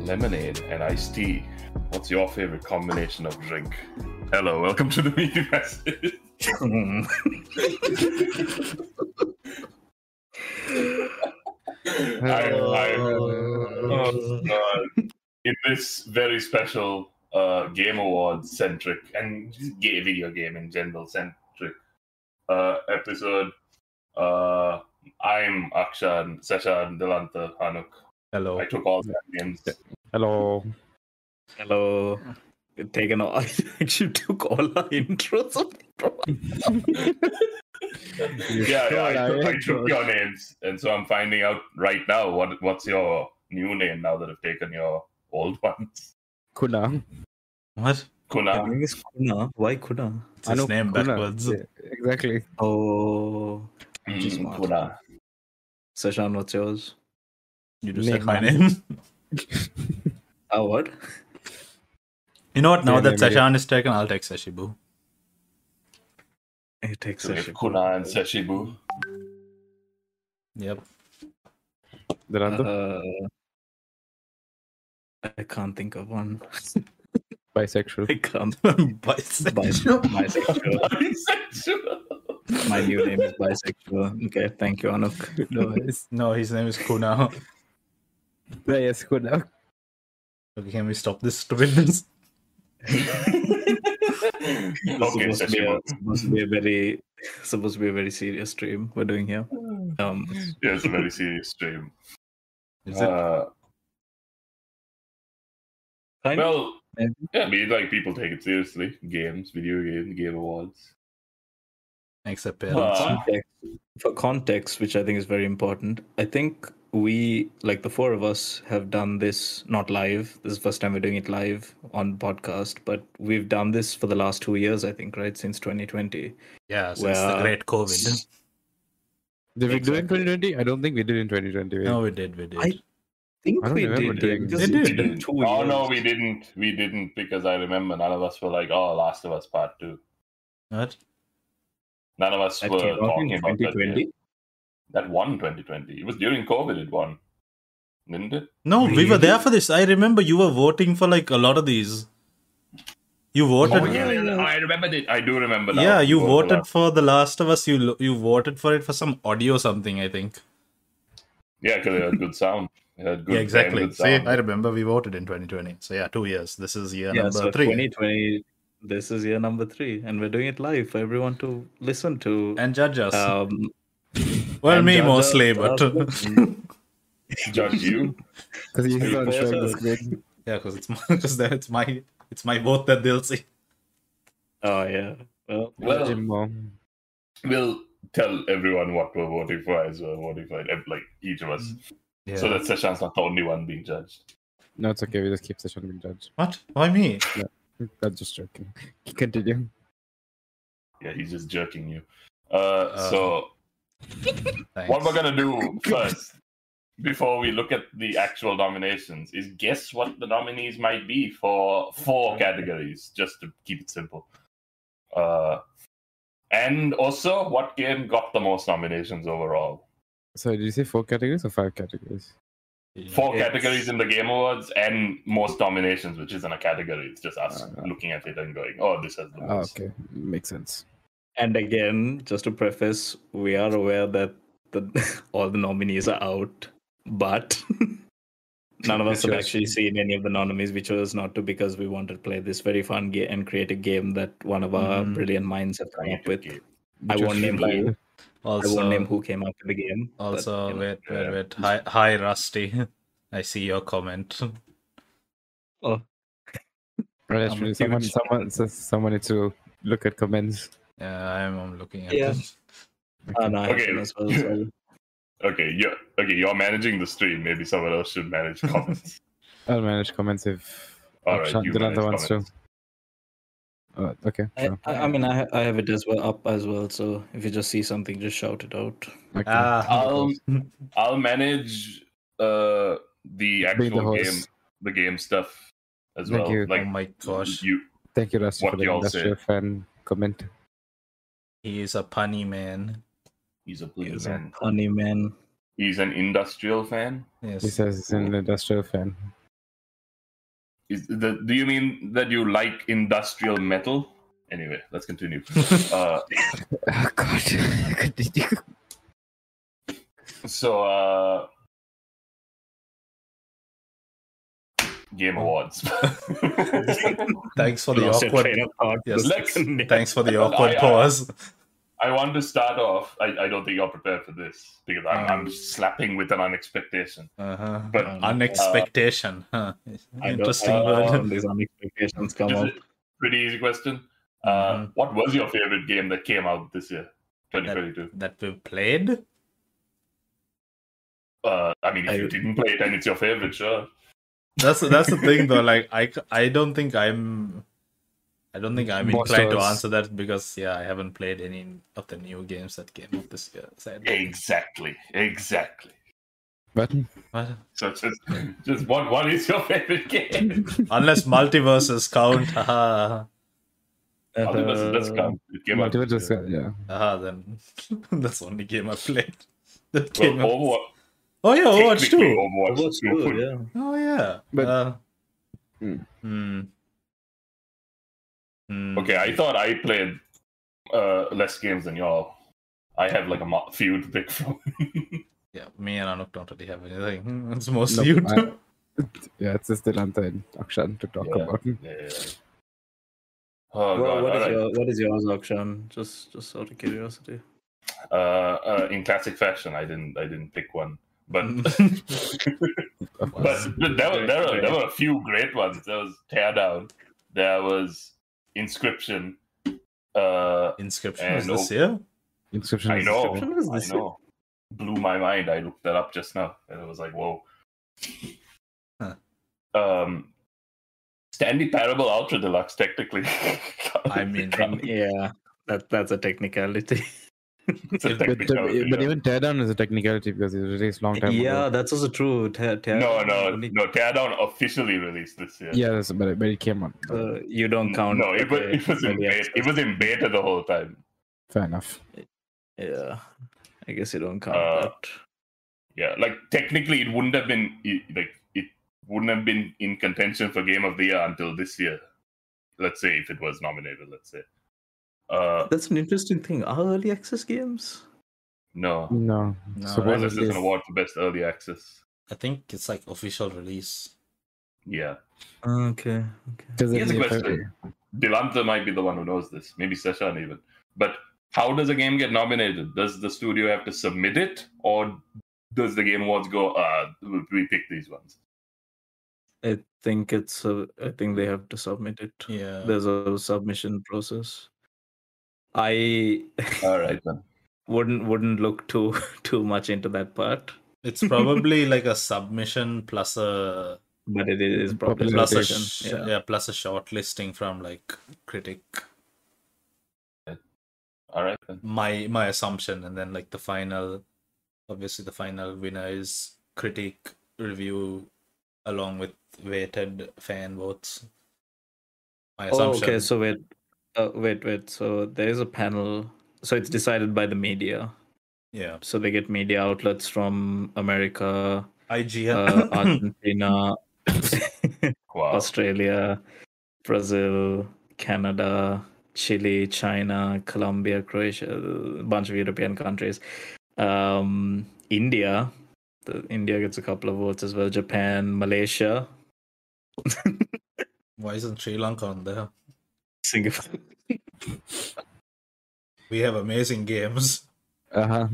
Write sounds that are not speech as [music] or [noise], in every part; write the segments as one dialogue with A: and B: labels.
A: lemonade and iced tea. What's your favorite combination of drink? Hello, welcome to the [laughs] media message.
B: Mm-hmm.
A: I, I, oh, God. In this very special uh, Game Awards centric and just ga- video game in general centric uh, episode, uh, I'm Akshan, Seshan, Delanta, Hanuk.
C: Hello.
A: I took all the names.
C: Hello.
B: Hello. Taken all. [laughs] I actually took all our intros. Of
A: yeah, yeah, I, took,
C: Sure, I
A: I took
C: am.
A: your names, and so I'm finding out right now what what's your new name now that I've taken your old [laughs] ones.
C: Kuna.
B: what? My
A: Kuna.
B: name is Kuna. Why Kuna?
D: It's his
C: Anuk
D: name
C: Kuna.
D: backwards.
C: Yeah, exactly.
B: Oh. Just
A: Mm,
B: smart.
A: Kuna.
B: Sashan, what's yours?
D: You just
C: Name
D: said my
C: backwards.
D: name.
B: Ah, what?
D: You know what? Now
C: Yeah,
D: that
C: name it.
D: Sashan is taken, I'll take Sashibu.
B: It takes
A: So
B: a
A: we have
B: shit.
A: Kuna and Seshibu. [laughs]
D: [laughs] Yep.
C: Delanta.
B: Uh, I can't think of one. [laughs]
C: Bisexual.
B: I can't.
D: Bisexual.
B: [laughs] bisexual. My new name is bisexual. Okay, thank you, Anuk.
C: no, it's,
D: No, his name is Kuna.
C: no, yes, Kuna.
D: Okay, can we stop this stupidness?
B: This
A: [laughs] okay,
B: is supposed, to be a,
A: Seshibu.
B: supposed to be a very supposed to be a very serious stream we're doing here.
A: Hmm.
B: Um,
A: Yeah, it's a very serious stream.
D: Is it?
A: Uh,
B: kind of-
A: well,
B: Maybe.
A: yeah, I mean, like people take it seriously. Games, video games, game awards.
D: Except
B: for
D: parents.
A: Uh,
B: context, for context, which I think is very important, I think we, like the four of us, have done this not live. This is the first time we're doing it live on podcast, but we've done this for the last two years, I think, right? Since 2020.
D: yeah, since
B: well,
D: the great COVID.
C: Did we do it in
B: Exactly.
C: 2020? I don't think we did in 2020. wait.
D: No, we did. We did.
B: I- think
C: I don't
B: we
C: remember
B: did.
C: doing
B: because
D: this. We
B: it's
D: did.
B: been two
A: oh no,
B: years.
A: we didn't. We didn't because I remember none of us were like, "Oh, Last of Us Part 2.
D: What?
A: None of us
B: That
A: were
B: came out in
A: talking about that. game.
B: 2020.
A: That won 2020. It was during COVID. It won, didn't it?
D: No, we were
B: Really?
D: there for this. I remember you were voting for like a lot of these. You voted.
A: Oh, yeah, yeah, I remember it. I do remember. Now.
D: Yeah, you
A: Go to
D: voted
A: that.
D: for The Last of Us. You lo- you voted for it for some audio something, I think.
A: Yeah, because it had good sound. It had good.
D: yeah, exactly.
A: damn Good
D: See,
A: sound.
D: I remember we voted in 2020. So yeah, two years. This is year
B: Yeah,
D: number
B: so
D: three.
B: 2020. This is year number three, and we're doing it live for everyone to listen to.
D: And judge us.
B: um,
D: well,
B: and
D: me
B: judge
D: mostly,
B: us.
D: but [laughs]
A: Judge you.
C: Because he's
B: Hey,
C: not showing the
B: Faisal.
C: screen.
D: yeah, because it's because then it's my it's my vote that they'll see.
B: oh yeah. Well,
A: Well-
C: Jim Moore.
A: We'll tell everyone what we're voting for as we're voting for it, and, like each of us,
D: Yeah.
A: so that Sashan's not the only one being judged.
C: No, it's okay. We just keep session being judged.
D: what? Why me?
C: I'm just joking. [laughs] Continue.
A: Yeah, he's just jerking you. Uh,
D: Uh,
A: so
D: Thanks.
A: what we're gonna
B: [laughs]
A: do first, before we look at the actual nominations, is guess what the nominees might be for four categories, just to keep it simple. Uh, and also, what game got the most nominations overall?
C: So, did you say four categories or five categories?
A: Four
B: It's-
A: categories in the Game Awards and most nominations, which isn't a category. It's just us
B: Uh-huh.
C: Uh,
A: looking at it and going, "Oh, this has the
C: Oh,
A: most."
C: okay. Makes sense.
B: And again, just to preface, we are aware that the, [laughs] all the nominees are out, but [laughs] none of us have
C: Sure.
B: actually seen any of the nominees. We chose not to because we wanted to play this very fun game and create a game that one of our
D: Mhm.
B: brilliant minds have come up
A: Creative
B: with.
A: game.
B: I
C: Just
B: won't name
C: like-
B: who. I
D: Also,
B: won't name who came up with the game. but,
D: also,
B: you know.
D: wait, wait,
A: yeah.
D: wait. Hi, hi, Rusty. [laughs] I see your comment. [laughs]
B: I'm
C: Right,
B: a
C: actually,
B: huge
C: someone,
B: fan.
C: someone, says someone needs to look at comments.
D: Yeah, I'm, I'm looking at
B: Yeah.
D: this.
B: Ah, no, I
A: Okay.
B: haven't as well,
D: [laughs]
B: sorry.
A: Okay, you're okay. You're managing the stream. Maybe someone else should manage
B: [laughs]
A: comments.
C: I'll manage comments if
A: All right,
C: Akshan
A: you
C: Duranta
A: manage
C: wants
A: comments.
C: to. Uh, okay,
B: I,
C: sure.
B: I, I mean, I, I have it as well up as well. So if you just see something, just shout it out.
C: Okay.
D: Ah,
A: Um, I'll manage uh the
C: Being the
A: actual
C: host.
A: game, the game stuff as
C: Thank
A: well.
C: you.
A: Like
D: oh my gosh,
A: you,
C: Thank you, Rusty,
A: what
C: for the
A: y'all
C: industrial fan comment.
D: he is a punny man.
A: he's a blue
B: He's a
A: man.
B: funny man.
A: He's an industrial fan.
D: Yes.
B: [laughs]
C: He says he's an industrial fan.
A: Is the, do you mean that you like industrial metal? Anyway, let's continue. uh,
C: Oh,
B: [laughs]
C: God. Continue.
A: so, uh, Game Awards. [laughs]
D: Thanks for the
B: Lost your
D: awkward.
B: train of thought.
D: Yes.
A: Let's- [laughs]
D: Thanks for the
A: I-
D: awkward
A: I-
D: pause.
A: I want to start off. I, I don't think you're prepared for this because I'm, I'm slapping with an unexpectation.
D: Uh-huh.
A: But
B: Um,
D: Unexpectation. huh.
B: I don't-
D: Interesting
B: uh,
A: [laughs]
D: word.
B: These unexpectations come
A: just
B: up.
A: a pretty easy question. Uh,
D: Mhm.
A: What was your favorite game that came out this year, 2022?
D: That we played.
A: Uh, I mean, if
B: I-
A: you didn't play it and it's your favorite, sure.
D: That's that's the thing though. Like I c- I don't think I'm. I don't think I'm
C: Most
D: inclined to
C: of us.
D: answer that because yeah, I haven't played any of the new games that came out this year. Sadly.
A: Exactly, exactly.
C: But
D: What?
A: So just, just what what is your favorite game?
D: Unless multiverses count, [laughs] haha,
A: Multiverse
B: Uh,
A: does count. It came out.
C: multiple
A: this
C: just
A: year.
C: got- yeah.
D: haha, then [laughs] that's the only game I played. [laughs] That
A: Well,
D: came out.
A: Overwatch,
D: Oh yeah, Overwatch
A: technically
D: too.
A: Overwatch
B: What's
A: two.
B: good, yeah.
D: Oh yeah.
C: But-
D: uh,
C: Hmm.
D: hmm. Hmm.
A: Okay, I thought I played uh, less games than y'all. I have like a mo- few to pick from.
D: Yeah, me and Anuk don't really have anything. [laughs] It's mostly you
C: Nope,
D: two.
C: Yeah, it's just Dilanta and Akshan to talk
A: Yeah.
C: about.
A: [laughs] Yeah. Oh
B: Wha-
A: god!
B: what, is
A: alright.
B: your, what is yours, Akshan? Just just out of curiosity.
A: Uh, uh, in classic fashion, I didn't. I didn't pick one, [laughs] but
B: Mm.
D: [laughs]
C: Of course.
A: [laughs] but there were there were, there were a few great ones. There was Teardown. There was Inscription. Uh,
D: Inscription
A: Eh,
D: was
A: no.
D: this year?
C: Inscription
A: I
C: is-
A: know.
B: Inscription was
A: I
B: this
A: know. Blew my mind. I looked that up just now, and I was like, "Whoa."
D: Huh.
A: Um, Stanley Parable Ultra Deluxe, technically. [laughs]
D: I mean,
B: [laughs] Yeah, that that's a technicality.
A: It's a
D: But-
C: But,
A: technicality,
C: but
A: yeah.
C: even Teardown is a technicality because it was released long time
B: yeah,
C: ago.
B: that's also true. Te- te-
A: no, no, no. Teardown officially released this year.
C: Yeah, that's, but, it, but it came on.
B: Uh, you don't count.
A: No, it was,
B: okay,
A: it was in
B: early
A: beta. It
B: access.
A: was in beta the whole time.
C: Fair enough.
B: Yeah, I guess you don't count
A: Uh,
B: that.
A: Yeah, like technically, it wouldn't have been it, like it wouldn't have been in contention for game of the year until this year. Let's say if it was nominated. Let's say. Uh,
B: That's an interesting thing. Are early access games?
A: no.
C: No.
D: No,
A: Well,
C: Supposedly
A: this is an
C: it's-
A: award for best early access.
D: I think it's like official release.
A: Yeah,
B: Okay, okay.
C: does it
A: Here's a
C: need-
A: question. Dilanta might be the one who knows this. Maybe Seshan even. But how does a game get nominated? Does the studio have to submit it, or does the game awards go? Uh, we- we pick these ones.
B: I think it's. A, I think they have to submit it.
D: Yeah.
B: There's a submission process. I
A: All right then.
B: wouldn't wouldn't look too [laughs] too much into that part,
D: It's probably like a submission plus a
B: but it is probably
C: Popular
D: plus a
C: Presentation,
D: sh-
B: yeah.
D: yeah. plus a short listing from like critic.
A: All right then.
D: My my assumption, and then like the final, obviously the final winner is critic review, along with weighted fan votes. My
B: Oh,
D: assumption.
B: okay. So wait, uh, wait, wait. So there is a panel. So it's decided by the media.
D: yeah,
B: So they get media outlets from America,
D: [laughs]
B: [laughs] uh, [laughs]
D: IGN.
B: Argentina,
A: Wow.
B: Australia, Brazil, Canada, Chile, China, Colombia, Croatia, a bunch of European countries. Um, India, the, India gets a couple of votes as well. Japan, Malaysia,
D: Why isn't Sri Lanka on there?
B: [laughs] Singapore.
D: We have amazing games.
A: [laughs]
C: Uh-huh.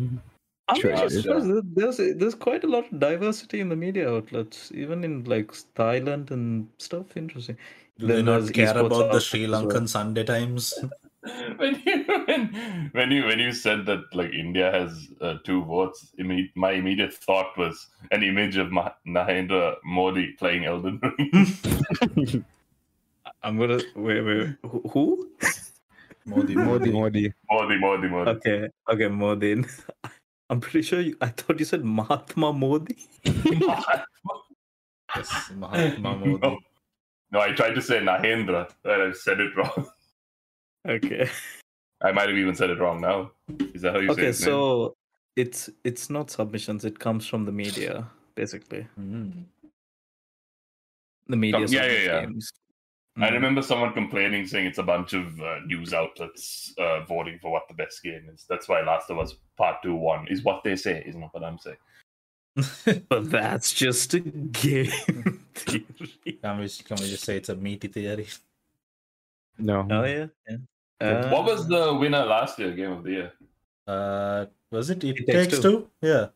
B: I'm
C: Sure,
B: not
C: sure.
B: surprised. There- There's there's quite a lot of diversity in the media outlets, even in like Thailand and stuff. Interesting.
D: Do they
B: Then
D: not
B: there's
D: care
B: esports
D: about the
B: outlets
D: Sri
B: as well.
D: Lankan Sunday Times?
A: [laughs] when you when, when you when you said that like India has uh, two votes, imme- my immediate thought was an image of Mah- Narendra Modi playing Elden Ring. [laughs]
B: Hmm. I'm gonna wait. Wait. who- Who?
D: [laughs] Modi,
C: Modi, Modi.
A: Modi, Modi, Modi.
B: Okay. Okay. Modi. [laughs] I'm pretty sure. You, I thought you said Mahatma Modi.
D: Yes,
B: [laughs]
D: Mahatma Modi.
B: Oh.
A: no. [laughs] No, I tried to say Narendra, but I said it wrong. [laughs]
B: Okay.
A: I might have even said it wrong now. Is that how you say
B: Okay.
A: his name?
B: So it's it's
D: Hmm.
B: not submissions. It comes from the media, basically.
D: Mm.
B: the media.
A: Yeah,
B: side of
A: yeah,
B: these
A: yeah.
B: Games.
A: I
B: Mm.
A: remember someone complaining saying it's a bunch of uh, news outlets uh, voting for what the best game is. That's why Last of Us Part Two won is what they say, is not what I'm saying.
B: Mm. But that's just a game theory. [laughs]
D: Can we can we just say it's a meaty theory?
C: No.
B: Oh yeah. yeah. Uh,
A: what was the winner last year, Game of the Year?
D: Uh, was it? It,
B: It Takes
D: takes, two. Yeah,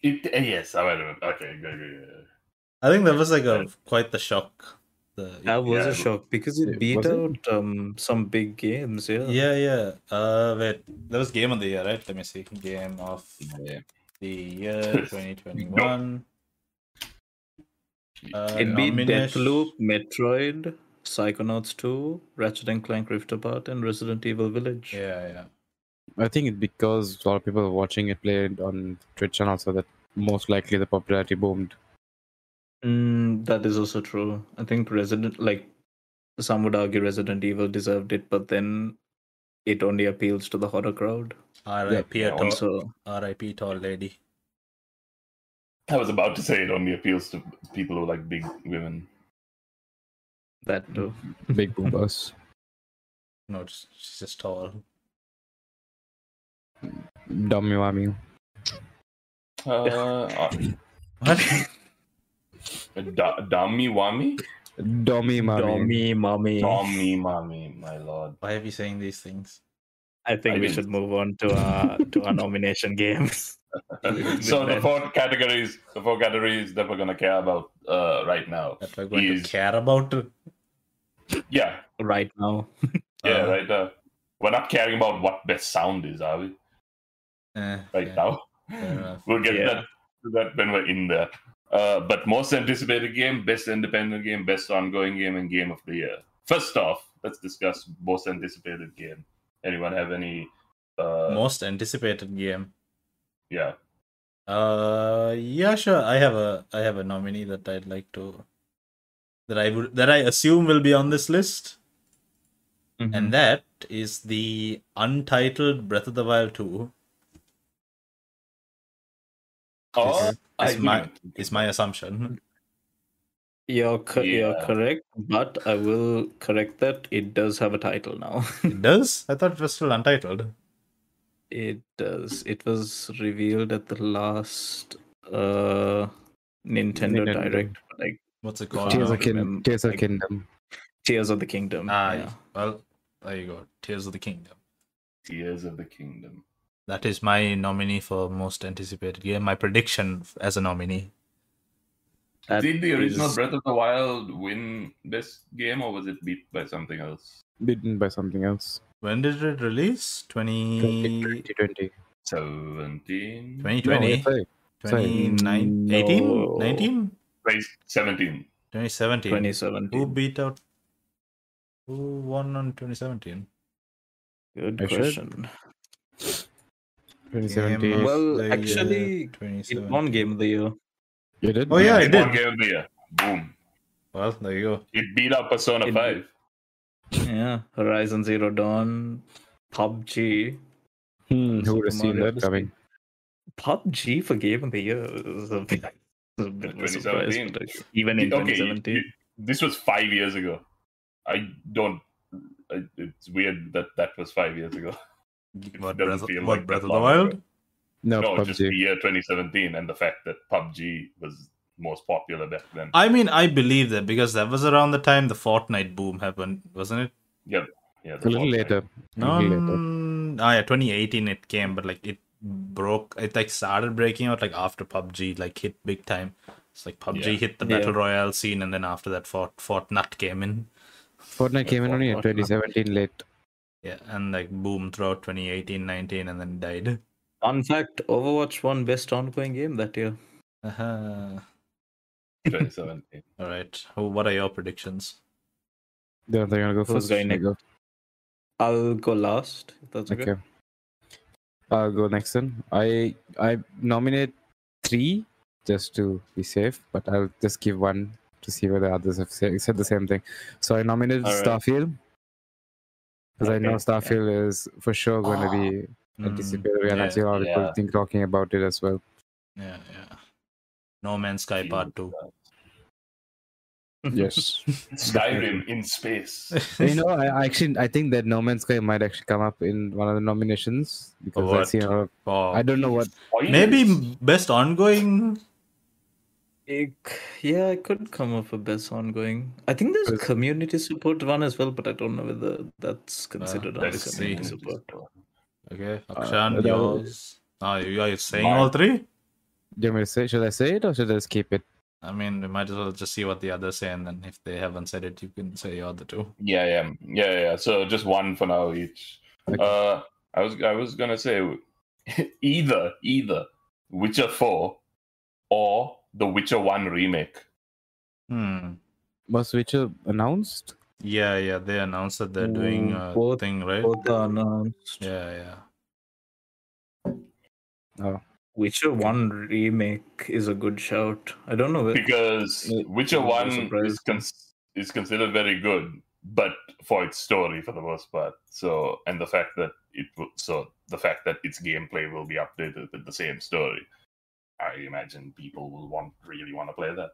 A: It, eh, yes, I remember. Okay, good, good, good.
D: I think that was like a quite the shock. The
B: That was
A: Yeah.
B: a shock because it
C: It
B: beat out
C: wasn't?
B: um some big games. Yeah.
D: yeah, yeah. Uh, wait, that was game of the year, right? Let me see. Game of
C: Yeah.
D: the
B: [laughs]
D: year 2021. Uh,
B: It beat
D: Omnish.
B: Deathloop, Metroid, Psychonauts 2, Ratchet and Clank Rift Apart, and Resident Evil Village.
D: Yeah, yeah.
C: I think it's because a lot of people were watching it played on Twitch and also that most likely the popularity
B: [laughs]
C: boomed.
B: Mm, that is also true. I think Resident, like some would argue, Resident Evil deserved it, but then it only appeals to the horror crowd.
D: R.I.P.
A: Yeah,
D: a
A: yeah,
D: tall,
B: Also,
D: R.I.P. tall lady.
A: I was about to say it only appeals to people who like big women.
B: that too.
C: Big boomers.
D: No, just- she's just tall.
C: Dumb you are me.
A: Uh, [laughs] uh,
D: What?
A: da- Dami Wami?
C: Dummy mommy.
B: Dommy, mommy.
A: Tommy Mami, my lord.
D: [laughs] Why are we saying these things?
B: I
A: I
B: think we
A: mean-
B: should move on to our to our nomination games.
A: [laughs]
B: [laughs]
A: so the four categories, the four categories that we're gonna care about uh, right now.
D: That we're going
A: Is-
D: to care about?
A: Yeah,
B: right now.
A: yeah,
D: Uh,
A: right. Uh, we're not caring about what best sound is, are we?
D: Eh,
A: Right
D: yeah,
A: now,
D: fair enough.
A: [laughs] we'll get
B: Yeah.
A: that to that when we're in there. Uh, but most anticipated game, best independent game, best ongoing game, and game of the year. First off, let's discuss most anticipated game. Anyone have any? Uh,
D: Most anticipated game.
A: yeah,
D: Uh, yeah, sure. I have a I have a nominee that I'd like to that I would that I assume will be on this list, and that is the untitled Breath of the Wild 2.
A: oh,
D: It's-
A: I
D: it's my
A: didn't.
D: is my assumption.
B: You're co- you're
A: Yeah.
B: correct, but I will correct that it does have a title now. [laughs]
D: It does? I thought it was still untitled.
B: it does. It was revealed at the last uh Nintendo,
C: Nintendo.
B: Direct, like
D: What's it called
C: Tears
D: now?
C: of Kingdom.
B: remember.
C: Tears of
B: Like-
C: Kingdom.
B: Tears of the Kingdom.
D: Ah,
B: yeah.
D: well, there you go. Tears of the Kingdom.
A: Tears of the Kingdom.
D: That is my nominee for most anticipated game. My prediction as a nominee.
B: That
A: Did the original
B: is-
A: Breath of the Wild win best game, or was it beat by something else?
C: Beaten by something else.
D: When did it release? 20...
C: 2020.
A: Seventeen.
D: 2020?
C: No,
D: 29
B: No.
D: 18 19
A: Seventeen.
D: 2017 who
B: 2017.
D: beat out who won on 2017
B: Good
C: I should-
B: question.
C: it's like 2017.
B: Well,
A: uh,
B: actually, It won
D: 2017
B: Game of the Year.
C: You did?
D: oh yeah it
A: It won
D: did
A: Game of the Year. Boom.
D: well there you go
A: It beat out Persona
B: It-
A: 5.
B: Yeah, Horizon Zero Dawn, PUBG.
C: Hmm, who would
B: Super
C: have seen
B: Mario
C: that
B: Odyssey.
C: coming?
B: PUBG for Game of the Year is a bit, [laughs] is a bit of a surprise,
A: 2017.
B: but I- even in
A: Okay,
B: 2017.
A: you- this was five years ago. I don't. I, it's weird that that was five years ago. [laughs]
D: what
A: doesn't
D: breath,
A: feel
D: what
A: like
D: breath
A: that
D: of the
A: long ago.
D: wild
C: No,
A: No, just the
C: PUBG.
A: year 2017 and the fact that PUBG was most popular back then.
D: i mean i believe that because that was around the time the fortnite boom happened wasn't it
A: yeah, the
C: A little
A: Fortnite. [laughs]
C: later.
D: no
C: little later.
D: mm, ah, yeah 2018 it came but like it broke it like started breaking out like after pubg like hit big time it's like pubg
A: Yeah.
D: hit the
B: Yeah.
D: battle royale scene and then after that fort fortnite came in
C: Fortnite came in only in
B: Fortnite.
C: 2017 late.
D: Yeah, and like boom throughout 2018, 19, and then died.
B: Fun fact Overwatch won Best Ongoing Game that year.
D: Uh-huh. [laughs]
A: 2017.
D: All right. Oh, what are your predictions?
C: They're, they're gonna go
B: Who's
C: first.
B: going
C: You go.
B: I'll go last, if that's okay.
C: Okay. I'll go next then. I I nominate three just to be safe, but I'll just give one to see whether others have say, said the same thing. So I nominated
A: Alright.
C: Starfield because I know
A: Okay, yeah.
C: Starfield is for sure going to be
D: Mm,
C: anticipated, and
D: yeah,
C: I see a lot of people
A: yeah.
C: think talking about it as well.
D: yeah, yeah. No Man's Sky Part 2.
C: Yes.
A: Skyrim in
D: [laughs]
A: space.
C: you know, I I actually I think that No Man's Sky might actually come up in one of the nominations because I
D: What?
C: see. a lot of-
D: Oh.
C: I don't know what.
D: Maybe best ongoing.
B: It, yeah, it could come up with best ongoing. I think there's
C: Because-
B: community support one as well, but I don't know whether that's considered under
A: Let's see.
B: community support.
D: Okay,
C: Uh,
D: Akshan,
C: that was-
D: yours. Oh, you are you saying
A: Mine.
D: all three?
C: Do you want me to say? Should I say it or should I just keep it?
D: I mean, we might as well just see what the others say, and then if they haven't said it, you can say your other two.
A: Yeah, yeah, yeah, yeah. So just one for now each.
C: Okay.
A: Uh, I was I was gonna say [laughs] either either Witcher Four or the Witcher One remake.
D: Hmm.
C: Was Witcher announced?
D: Yeah, yeah. They announced that they're doing
B: Mm,
D: a
B: both-
D: thing, right?
B: Both are announced.
D: Yeah, yeah.
B: Witcher One remake is a good shout. I don't know. Where...
A: because
C: It-
A: Witcher
B: I'm
A: One is
B: surprised.
A: cons- is considered very good, but for its story for the most part. So and the fact that it will, so the fact that its gameplay will be updated with the same story, I imagine people will want really want to play that.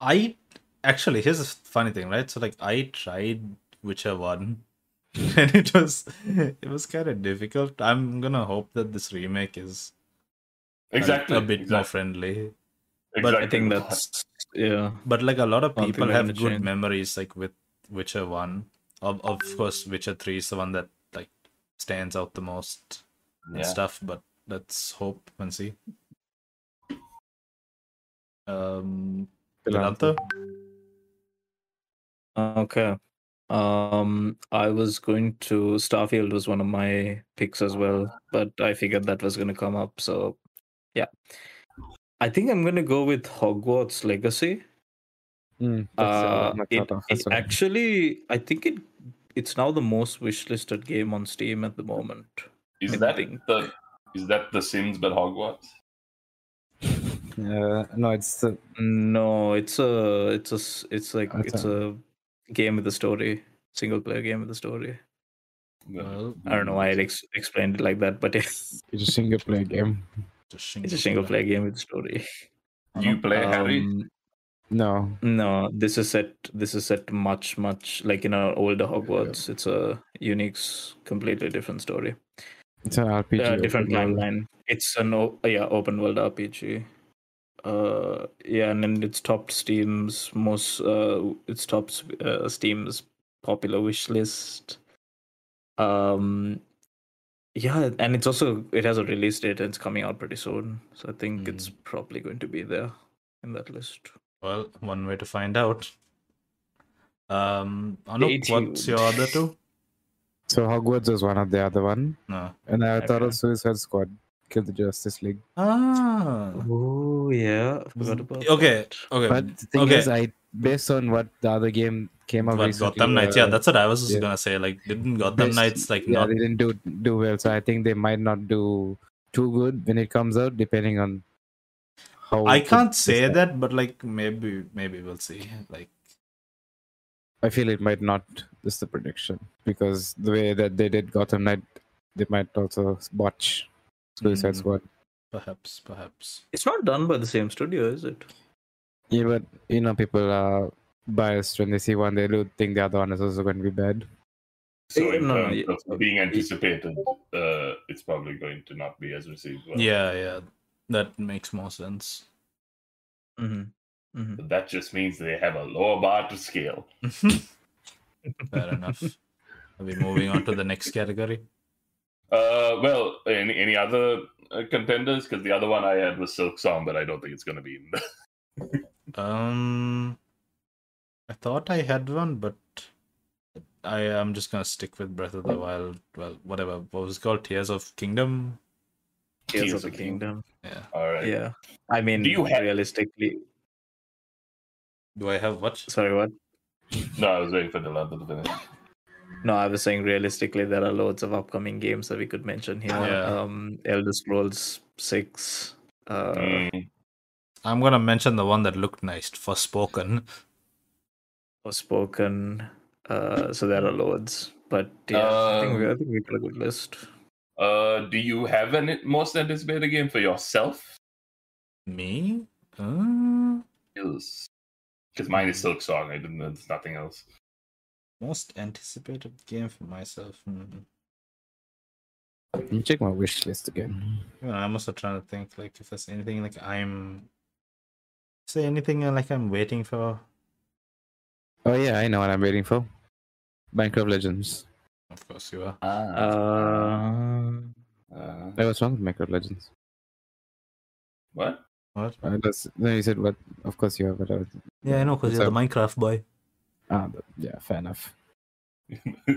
D: I actually here's a funny thing, right? So like I tried Witcher One, [laughs] and it was it was kind of difficult. I'm gonna hope that this remake is a-
A: Exactly,
D: a, bit more
A: exactly,
D: friendly. but
A: exactly.
B: I think that's yeah.
D: But like a lot of
B: Don't think
D: people
B: they're
D: have
B: gonna
D: good
B: change.
D: memories, like with Witcher One. Of of course, Witcher Three is the one that like stands out the most and
A: yeah.
D: stuff. But let's hope and see. Um, Vedanta?
B: Okay. Um, I was going to Starfield was one of my picks as well, but I figured that was going to come up. So, yeah, I think I'm going to go with Hogwarts Legacy.
C: Mm,
B: Uh,
C: my
B: it,
C: thought of
B: it
C: as well.
B: actually, I think it it's now the most wishlisted game on Steam at the moment.
A: Is
B: I
A: that
B: think-
A: the is that the Sims but Hogwarts?
C: Uh, no, it's the
B: No, it's a it's a s- it's like
C: That's
B: it's a game with a story, single player game with a story.
D: Well,
B: I don't know why I ex- explained it like that, but [laughs] it's
C: it's a single player game.
B: it's a single player game with story.
A: You play Harry?
B: Um,
C: No,
B: No, this is set. This is set much, much like in an older Hogwarts. It's a unique, s- completely different story,
C: it's an RPG.
B: uh, different
C: open world.
B: timeline. It's an o- yeah open world RPG. Uh, yeah, and then it's topped Steam's most. Uh, it's topped uh, Steam's popular wish list. Um, yeah, and it's also it has a release date and it's coming out pretty soon. So I think it's probably going to be there in that list.
D: Well, one way to find out. Um, Anup,
B: Stay
D: what's your
B: tuned.
D: other two?
C: So Hogwarts was one of the other one,
D: No.
C: and I thought
B: Okay.
C: of Suicide Squad, Kill the Justice League.
D: Ah.
B: Oh yeah, I forgot about
D: Okay.
B: that.
D: Okay.
C: But the thing
D: okay.
C: is, I based on what the other game came out
D: But
C: recently.
D: Gotham Knights. Yeah,
C: uh,
D: that's what I was just
C: yeah.
D: gonna say. Like, didn't Gotham
C: Best-
D: Knights like
C: yeah,
D: not?
C: they didn't do do well. So I think they might not do too good when it comes out, depending on how.
D: I
C: it-
D: can't
C: it's
D: say
C: done.
D: that, but like maybe, maybe we'll see. Like,
C: I feel it might not. This is the prediction because the way that they did Gotham Knight, they might also botch Suicide
B: Hmm.
D: Mm.
C: Squad.
D: perhaps, perhaps.
B: It's not done by the same studio, is it?
C: Yeah, but you know, people are biased when they see one, they do think the other one is also going to be bad.
A: So in
B: No, no,
A: terms
B: yeah.
A: of being anticipated, uh, it's probably going to not be as received. well.
D: Yeah, yeah. That makes more sense.
B: Mm-hmm. Mm-hmm.
A: But that just means they have a lower bar to scale.
D: Fair enough. Are we moving on to the next category?
A: Uh, well, any any other uh, contenders? Because the other one I had was Silk Song, but I don't think it's going to be in. The... [laughs]
D: Um, I thought I had one, but I am just gonna stick with Breath of the Wild. Well, whatever what was it called Tears of Kingdom.
B: Tears of
A: Tears
B: the
A: of the
B: Kingdom.
D: Yeah.
A: All right.
B: Yeah, I mean,
A: Do you have-
B: realistically,
D: Do I have what?
B: sorry, what?
A: No, I was waiting for Dylan to finish.
B: No, I was saying realistically, there are loads of upcoming games that we could mention here.
D: Yeah.
B: Um, Elder Scrolls Six. Uh,
A: Mm,
D: I'm gonna mention the one that looked nice, Forspoken.
B: Spoken. Uh, so there are loads, but yeah, I think we, I think we got a good list.
A: Uh, do you have an most anticipated game for yourself?
D: Me? Uh,
A: Yes. Because mine
B: Mm.
A: is Silk Song. I didn't. There's nothing else.
D: Most anticipated game for myself. Hmm.
C: Let me check my wish list again.
D: You know, I'm also trying to think like if there's anything like I'm say anything uh, like I'm waiting for.
C: Oh yeah, I know what I'm waiting for. Minecraft Legends.
D: Of course you are.
B: Uh,
A: Ah, Uh,
C: That was wrong with Minecraft Legends.
A: what? [laughs]
D: What?
C: Uh, that's, no, you said what? Of course you have. But I was-
D: Yeah, I know because you're the
C: So-
D: Minecraft boy.
C: ah, but- yeah, fair enough.
D: I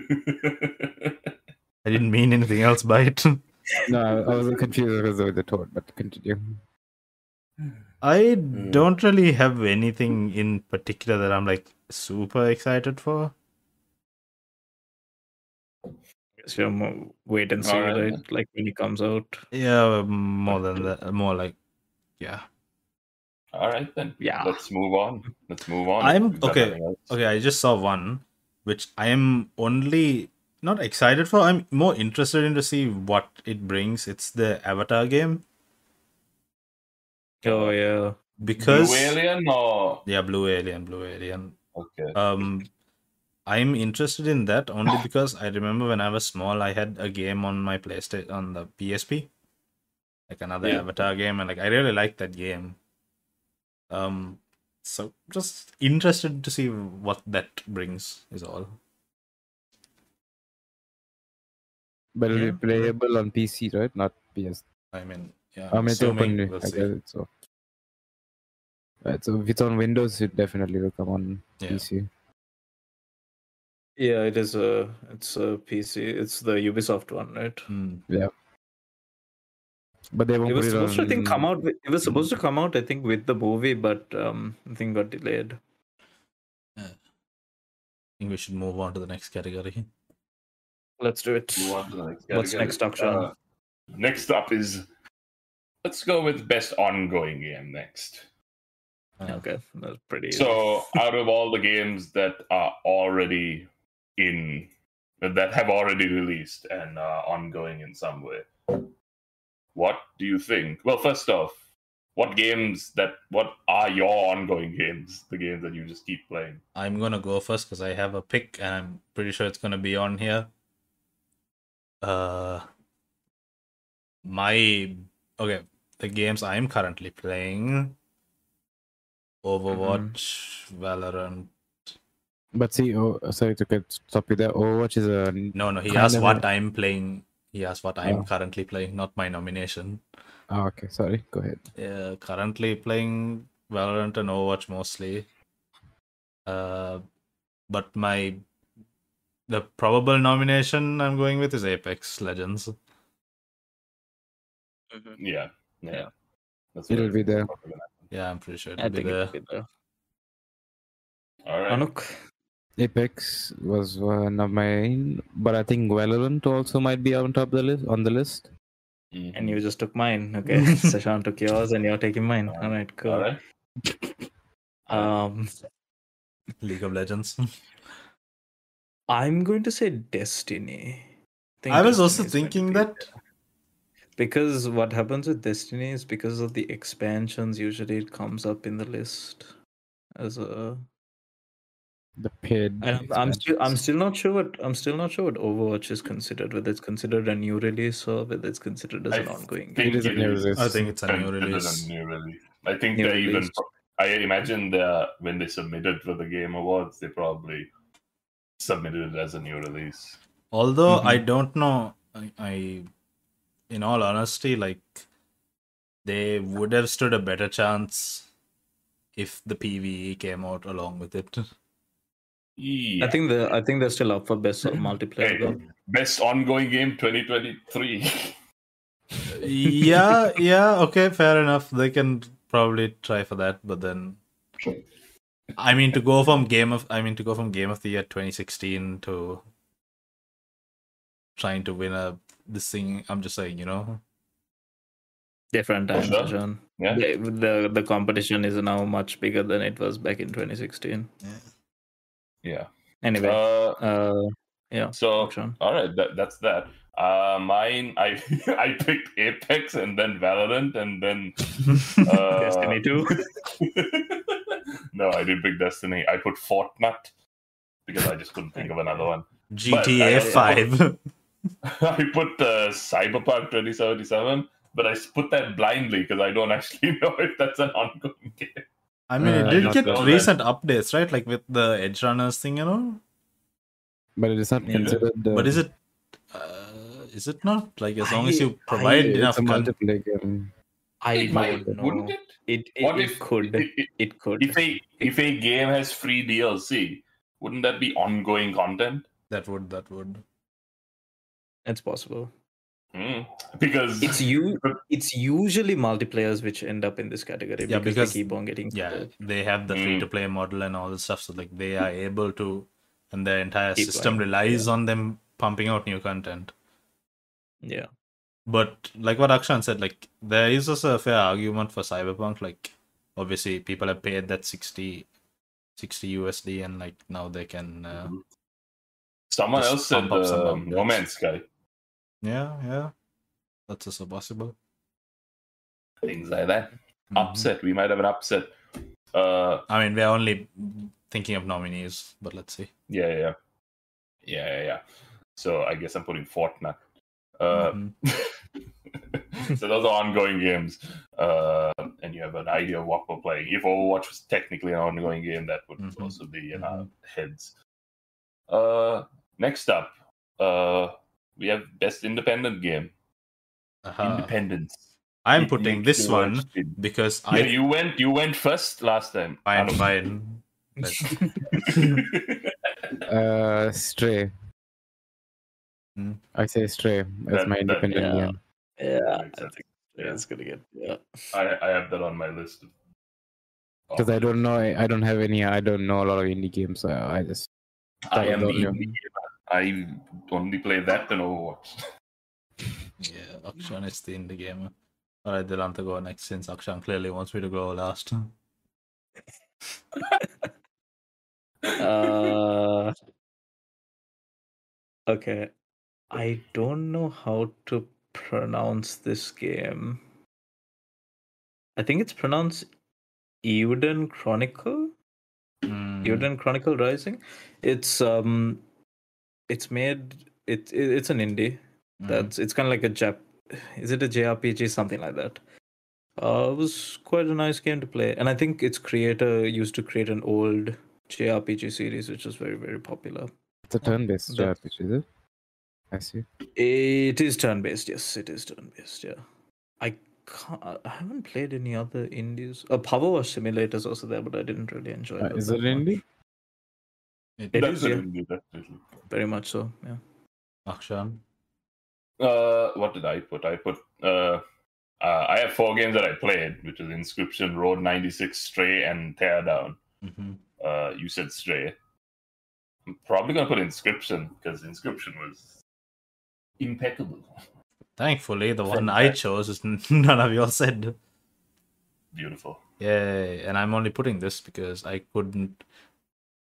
D: didn't mean anything else by it. [laughs]
C: No, I, I was confused because of the toad. But continue.
D: I don't really have anything in particular that I'm like super excited for.
B: guess you're mo- wait and see,
A: Alright,
B: right?
A: then.
B: Like when it comes out.
D: Yeah, um, more than that, more like yeah.
A: All right then.
B: Yeah.
A: Let's move on. Let's move on.
D: I'm-
A: We've got
D: okay,
A: nothing else.
D: Okay, I just saw one, which I am only not excited for. I'm more interested in to see what it brings. It's the Avatar game
B: Oh yeah.
D: because
A: Blue Alien or
D: yeah, Blue Alien, Blue Alien.
A: okay.
D: Um, I'm interested in that only because I remember when I was small, I had a game on my PlayStation on the PSP, like another
A: Yeah.
D: Avatar game, and like I really liked that game. Um, so just interested to see what that brings is all.
C: But it'll
B: Yeah.
C: be playable on PC, right? Not PS.
D: I mean, yeah,
C: I mean, it's
D: assuming
C: open.
D: we'll
C: I
D: see.
C: guess it's open. Right, so if it's on Windows, it definitely will come on
D: Yeah.
C: PC.
B: Yeah, it is a it's a PC. It's the Ubisoft one, right?
D: Mm.
C: But they won't
B: It
C: put
B: was
C: it
B: supposed to I think come
C: on-
B: out. With, it was supposed to come out, I think, with the movie, but um, I think got delayed.
D: I think we should move on to the next category.
B: Let's do it.
A: Move on to the next
B: Uh, What's
A: category.
B: next, Akshan?
A: Uh, next up is. Let's go with best ongoing game next.
D: Uh,
B: Okay, that's pretty.
A: So, out of all the games that are already in, that have already released and are ongoing in some way, what do you think? Well, first off, what games that, what are your ongoing games? The games that you just keep playing?
D: I'm gonna go first because I have a pick, and I'm pretty sure it's gonna be on here. Uh, my okay, the games I'm currently playing: Overwatch,
C: Mm-hmm.
D: Valorant.
C: But see, oh, sorry to cut, stop you there. Overwatch is a
D: No, no, he
C: Kind
D: asked
C: of
D: what
C: a-
D: I'm playing. He asked what I'm
C: Oh.
D: currently playing, not my nomination.
C: Oh, okay. Sorry. Go ahead.
D: Yeah, currently playing Valorant and Overwatch mostly. Uh, but my the probable nomination I'm going with is Apex Legends.
B: Mhm.
A: Yeah, yeah.
B: Yeah.
A: That's what
C: It'll
A: I
C: be there.
A: think.
D: Yeah, I'm pretty sure it'll
B: I
D: be
B: think
D: there.
B: it'll be there.
A: All right.
B: Anuk,
C: Apex was one of mine, but I think Valorant also might be on top of the list. On the list.
A: Mhm.
B: and you just took mine. [laughs] Okay, Sashan took yours, and you're taking mine. All right, cool.
A: All right.
B: Um,
D: League
B: [laughs]
D: of Legends.
B: I'm going to say Destiny. think
D: I was
B: Destiny
D: also
B: is going to
D: thinking
B: be
D: that.
B: there. because what happens with Destiny is because of the expansions. Usually, it comes up in the list as a.
C: The paid.
B: And I'm, I'm still I'm
C: expansions.
B: still not sure what I'm still not sure what Overwatch is considered. Whether it's considered a new release or whether it's considered as
A: I
B: an ongoing.
A: think
C: It is a new release.
D: I think it's a new
A: Considered
D: release.
A: new release. I think
B: New
A: they even.
B: release.
A: I imagine they when they submitted for the Game Awards, they probably submitted it as a new release.
D: Although I
B: Mhm.
D: don't know, I, I, in all honesty, like they would have stood a better chance if the PVE came out along with it.
A: Yeah.
B: I think the I think they're still up for best of multiplayer.
A: Hey,
B: though.
A: best ongoing game 2023.
D: yeah, yeah, okay, fair enough. They can probably try for that, but then I mean to go from game of I mean to go from game of the year 2016 to trying to win a this thing. I'm just saying, you know.
B: Different times,
A: sure.
B: John.
A: [laughs] yeah.
B: The, the the competition is now much bigger than it was back in 2016.
D: [laughs]
A: Yeah.
B: Anyway,
A: Uh,
B: uh, oh, yeah,
A: so
B: John.
A: all right, that, that's that. Uh, mine, I [laughs] I picked Apex
B: [laughs] uh,
A: and then Valorant and then uh,
B: Destiny 2.
A: [laughs] No, I did Big Destiny. I put Fortnite because I just couldn't think of another one.
D: GTA
A: But I don't
D: 5.
A: [laughs] I put uh, Cyberpunk 2077, but I s- put that blindly because I don't actually [laughs] know if that's an ongoing game.
D: I mean, it
C: Uh,
D: did
A: not
D: get
A: that bad.
D: recent updates, right? Like with the Edge Runners thing, you know?
C: But it is not
B: Yeah.
C: considered.
D: But is it. Uh, is it not? Like, as long as you provide
B: I-
D: enough
C: It's a
D: content.
C: multiplayer game.
B: I
A: It might,
B: don't know.
A: wouldn't it?
B: It it,
A: What
B: it
A: if-
B: could
A: i- i-
B: it
A: [laughs]
B: could.
A: If a if a game has free DLC, wouldn't that be ongoing content?
D: That would, that would.
B: it's possible.
A: Hmm. Because
B: It's you. It's usually multiplayers which end up in this category
D: Yeah,
B: because,
D: because-
B: they keep on getting
D: Yeah,
B: covered.
D: they have the
A: Mm.
D: free to play model and all this stuff. So, like, they are able to, and their entire
B: Keep
D: system
B: going,
D: relies on them pumping out new content.
B: yeah.
D: But like what Akshan said, like there is also a fair argument for Cyberpunk. Like obviously people have paid that 60, 60 USD, and like now they can. Uh,
A: someone
D: just
A: else said
D: pump up some
A: uh,
D: numbers.
A: No Man's Sky. Mm-hmm.
D: yeah, yeah, that's also possible.
A: Things like that.
D: Mhm.
A: Upset. We might have an upset. Uh,
D: I mean, we're only thinking of nominees, but let's see.
A: yeah, yeah, yeah, yeah, yeah, yeah. So I guess I'm putting Fortnite. Uh,
D: Mhm.
A: so those are ongoing games, uh, and you have an idea of what we're playing. If Overwatch was technically an ongoing game, that would
D: Mhm.
A: also be in our
D: Mhm.
A: heads. Uh, next up, uh, we have best independent game,
D: Aha.
A: Independence.
D: Ah. I'm
A: You-
D: putting
A: you
D: this
A: watched
D: one
A: it.
D: because
A: Yeah,
D: I
A: you went. You went first last time.
D: find
A: Anu. [laughs]
D: mine.
C: Uh, Stray.
D: Hmm.
C: I say Stray as
A: That-
C: my
A: that-
C: independent
B: yeah.
C: game.
B: Yeah,
A: Makes
B: I
A: sense.
B: think it's gonna get yeah.
A: I, I have that on my list.
C: Because I don't know, I don't have any. I don't know a lot of indie games. So I just
A: I am the
C: don't know.
A: indie gamer. I only play that and Overwatch.
D: Yeah, Akshan is the indie gamer. All right, Delanta go next since Akshan clearly wants me to go last.
B: Uh, okay. I don't know how to pronounce this game. I think it's pronounced Euden Chronicle.
D: Mm.
B: Euden Chronicle Rising. It's um, it's made. It, it it's an indie.
D: Mm.
C: Mm-hmm.
B: That's it's kind of like a Jap. Is it a JRPG something like that? Uh, it was quite a nice game to play, and I think its creator used to create an old JRPG series, which was very very popular.
C: It's a turn-based
B: That-
C: RPG, is it? I see.
B: It is turn based. Yes, it is turn based. Yeah, I can't. I haven't played any other indies. A uh, Power Wash Simulator is also there, but I didn't really enjoy
C: Uh,
B: that
C: is
B: that
C: it
B: much.
C: indie?
D: It
A: [laughs]
B: It
A: That's
B: is, yeah.
A: an indie, definitely.
B: Very much so. Yeah.
D: Akshan.
A: Uh, what did I put? I put uh, uh, I have four games that I played, which is Inscription, Road 96, Stray, and Teardown.
D: Mm-hmm.
A: Uh, you said Stray. I'm probably gonna put Inscription because Inscription was impeccable,
D: Thankfully, the one
A: From
D: I
A: that-
D: chose is [laughs] none of y'all said.
A: beautiful.
D: Yay! And I'm only putting this because I couldn't,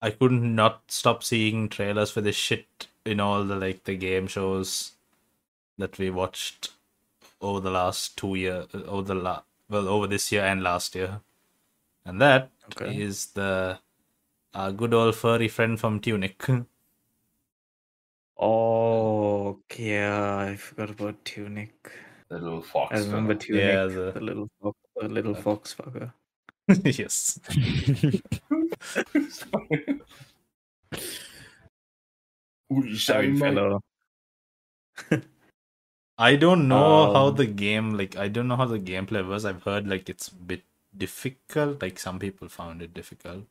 D: I couldn't not stop seeing trailers for this shit in all the like the game shows that we watched over the last two year, over the la- well over this year and last year, and that is
B: Okay.
D: the our good old furry friend from Tunic. [laughs]
B: Oh, yeah. I forgot about Tunic.
A: The little fox.
B: I remember
A: fella.
B: Tunic.
D: Yeah,
B: the...
D: the-
B: little fox, the little fox fucker.
D: yes.
C: [laughs]
A: Ooh, shine my-
B: fellow.
D: I don't know how
B: Um,
D: the game like I don't know how the gameplay was. I've heard like it's a bit difficult. Like some people found it difficult,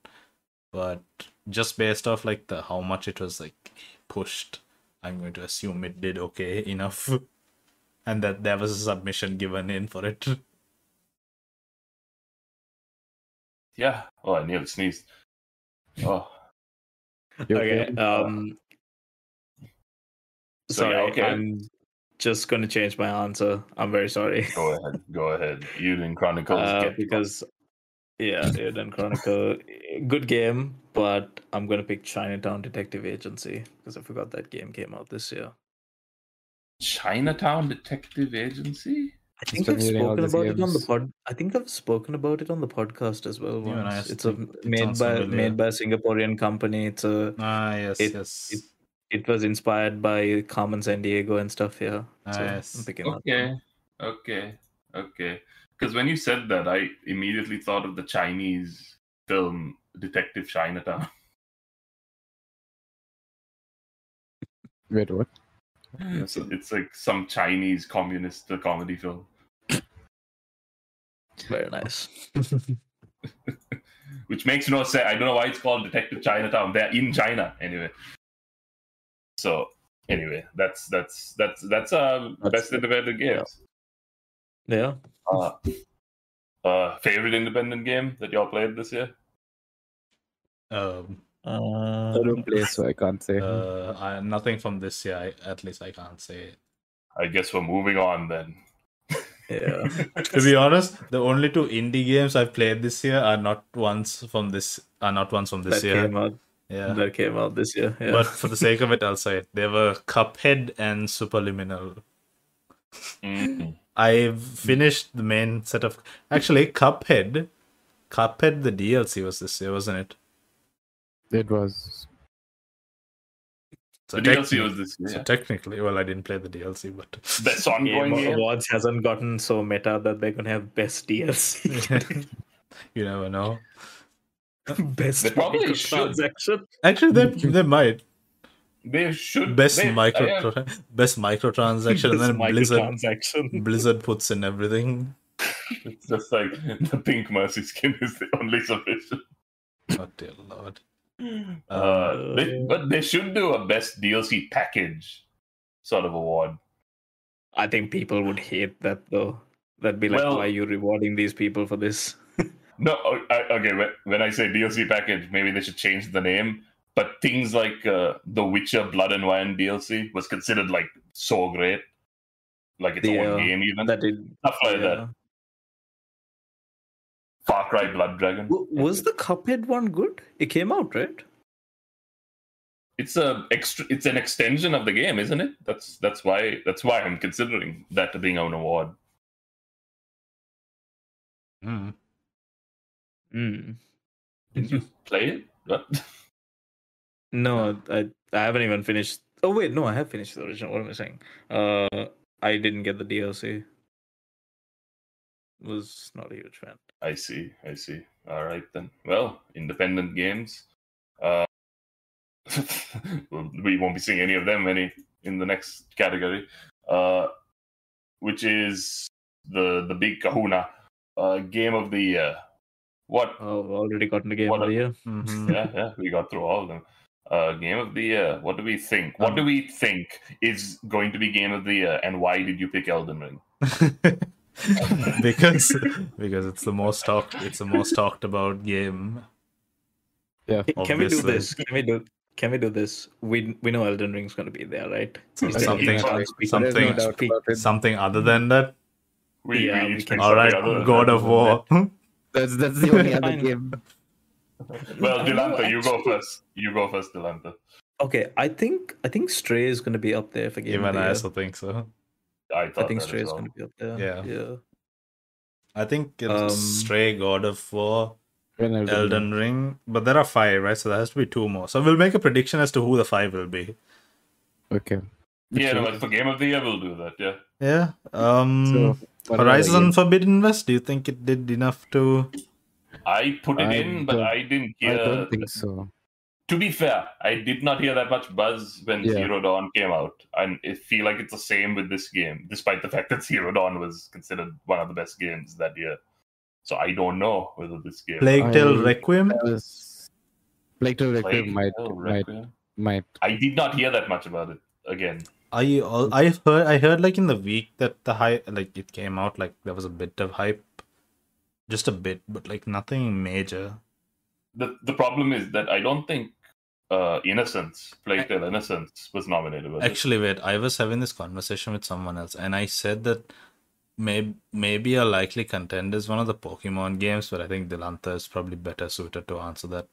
D: but just based off like the how much it was like pushed, I'm going to assume it did okay [laughs] enough, and that there was a submission given in for it.
A: Yeah. Oh, I nearly sneezed. Oh,
C: You
B: okay. Um.
A: So,
B: sorry,
A: yeah, okay.
B: I'm just gonna change my answer. I'm very sorry.
A: go ahead. Go ahead. Eden Chronicles.
B: Uh,
A: get-
B: because yeah, Eden Chronicle, [laughs] good game, but I'm gonna pick Chinatown Detective Agency because I forgot that game came out this year.
A: Chinatown Detective Agency.
B: I think
C: been
B: I've
C: hearing all
B: spoken
C: these
B: about it on the
C: games.
B: pod. I think I've spoken about it on the podcast as well.
D: You and I
B: Once. It's a
D: speak- it
B: made
D: sounds
B: by
D: familiar.
B: made by a Singaporean company. It's a
D: Ah, yes,
B: It-
D: yes.
B: it- it was inspired by Carmen San Diego and stuff. Yeah,
D: Ah,
B: So, I'm
D: Nice.
B: picking up.
A: Okay, okay, okay. Because when you said that, I immediately thought of the Chinese film Detective Chinatown.
C: Wait, what?
A: So it's like some Chinese communist comedy film.
B: Very [laughs] nice.
A: which makes no sense. I don't know why it's called Detective Chinatown. They're in China anyway. So anyway, that's that's that's that's uh
B: That's-
A: best independent games.
B: Yeah.
A: Uh, uh, favorite independent game that y'all played this year?
D: Um,
C: I
B: Uh,
C: don't play, so I can't
B: Mhm.
C: say.
D: uh, I, nothing from this year. I, at least I can't say.
A: I guess we're moving on then.
B: [laughs] yeah.
D: To be honest, the only two indie games I've played this year are not ones from this. Are not ones from this
B: that
D: year.
B: came out.
D: Yeah.
B: That came out this year. Yeah.
D: But for the sake of it, I'll say it. They were Cuphead and Superliminal.
A: Mm.
D: I've finished the main set of. Actually, Cuphead. Cuphead, the DLC was this year, wasn't it?
C: It was.
D: So
A: the
D: tech-
A: DLC was this
D: So
A: year.
D: technically, well, I didn't play the DLC, but
A: Best ongoing
B: Game
A: game.
B: Awards hasn't gotten so meta that they're gonna have best [laughs] DLC,
D: [laughs] you never know.
B: best
A: They probably
B: [laughs]
A: should.
B: microtransaction.
D: Actually, they they might
A: They should
D: best
A: they-
D: micro
A: yeah,
D: [laughs] best microtransaction, and
B: Best
D: then Blizzard
B: microtransaction.
D: Blizzard puts in everything.
A: [laughs] It's just like [laughs] the pink mercy skin is the only solution.
D: Oh dear lord!
A: Uh, they, but they should do a best DLC package sort of award.
B: [laughs] I think people would hate that though. That'd be like,
A: Well-
B: why are you rewarding these people for this?
A: No, o- I- okay. when- When I say DLC package, maybe they should change the name. But things like uh, The Witcher Blood and Wine DLC was considered like so great, like its
B: Yeah,
A: own game even
B: That did.
A: stuff like that.
B: yeah.
A: Far Cry Blood Dragon.
B: W- Was the Cuphead one good? It came out right.
A: It's a extra. It's an extension of the game, isn't it? That's that's why that's why I'm considering that being an award.
D: Hmm.
C: hmm.
A: Did you play it? What?
B: No, I I haven't even finished. Oh wait, no, I have finished the original. What am I saying? Uh, I didn't get the DLC. Was not a huge fan.
A: [laughs] I see. I see. All right then. Well, independent games. Uh, [laughs] we won't be seeing any of them any in the next category, uh, which is the the big Kahuna uh, game of the year. What?
B: Oh, I've already gotten the game
A: What
B: of
A: a-
B: the year.
D: Mhm.
A: Yeah, yeah. We got through all of them. Uh, game of the year. What do we think? What do
C: Um,
A: we think is going to be game of the year, and why did you pick Elden Ring?
D: [laughs] because because it's the most talked it's the most talked about game.
B: Can we do
D: Obviously.
B: this? Can we do? Can we do this? We we know Elden Ring's gonna be there, right? Is there
D: something-
B: any chance we can
D: something-
C: There's no
B: speak-
C: doubt about it.
D: Something other than that.
A: We,
B: Yeah, we
A: each
B: can-
A: picked
D: All right,
A: something other than
D: God
A: that.
D: of War. [laughs]
C: That's, that's the [laughs] only other
B: Fine.
C: game.
A: Well,
B: No,
A: Delanta, you go
B: actually-
A: first. You go first, Delanta.
B: Okay, I think I think Stray is gonna be up there for game of
D: Even
B: the
D: I
B: year.
D: also think so.
A: I
B: I
A: thought
B: think
A: that
B: Stray
A: as
B: is
A: well.
B: gonna be up there.
D: Yeah.
B: yeah.
D: I think it's
B: Um,
D: Stray, God of War,
C: When Elden Ring.
D: Elden Ring, but there are five, right? So there has to be two more. So we'll make a prediction as to who the five will be.
C: Okay.
A: Yeah, no, but for game of the year, we'll do that. Yeah,
D: Yeah. Um,
C: So,
D: Horizon Forbidden West. Do you think it did enough to?
A: I put it
C: I
A: in, but
C: don't-
A: I didn't
C: I
A: hear.
C: don't think so.
A: To be fair, I did not hear that much buzz when
C: Yeah.
A: Zero Dawn came out, and I feel like it's the same with this game, despite the [laughs] fact that Zero Dawn was considered one of the best games that year. So I don't know whether this game.
D: Plague Tale
C: I-
D: Requiem.
C: That was... Plague Tale
A: Plague
C: Requiem might,
A: Tale
C: might,
A: Requiem?
C: might.
A: I did not hear that much about it again.
D: I al- I heard I heard like in the week that the hype like it came out like there was a bit of hype, just a bit, but like nothing major.
A: the The problem is that I don't think uh, Innocence, Plague Tale Innocence, was nominated. Was it?
D: Actually, wait. I was having this conversation with someone else, and I said that maybe maybe a likely contender is one of the Pokemon games, but I think Delanta is probably better suited to answer that.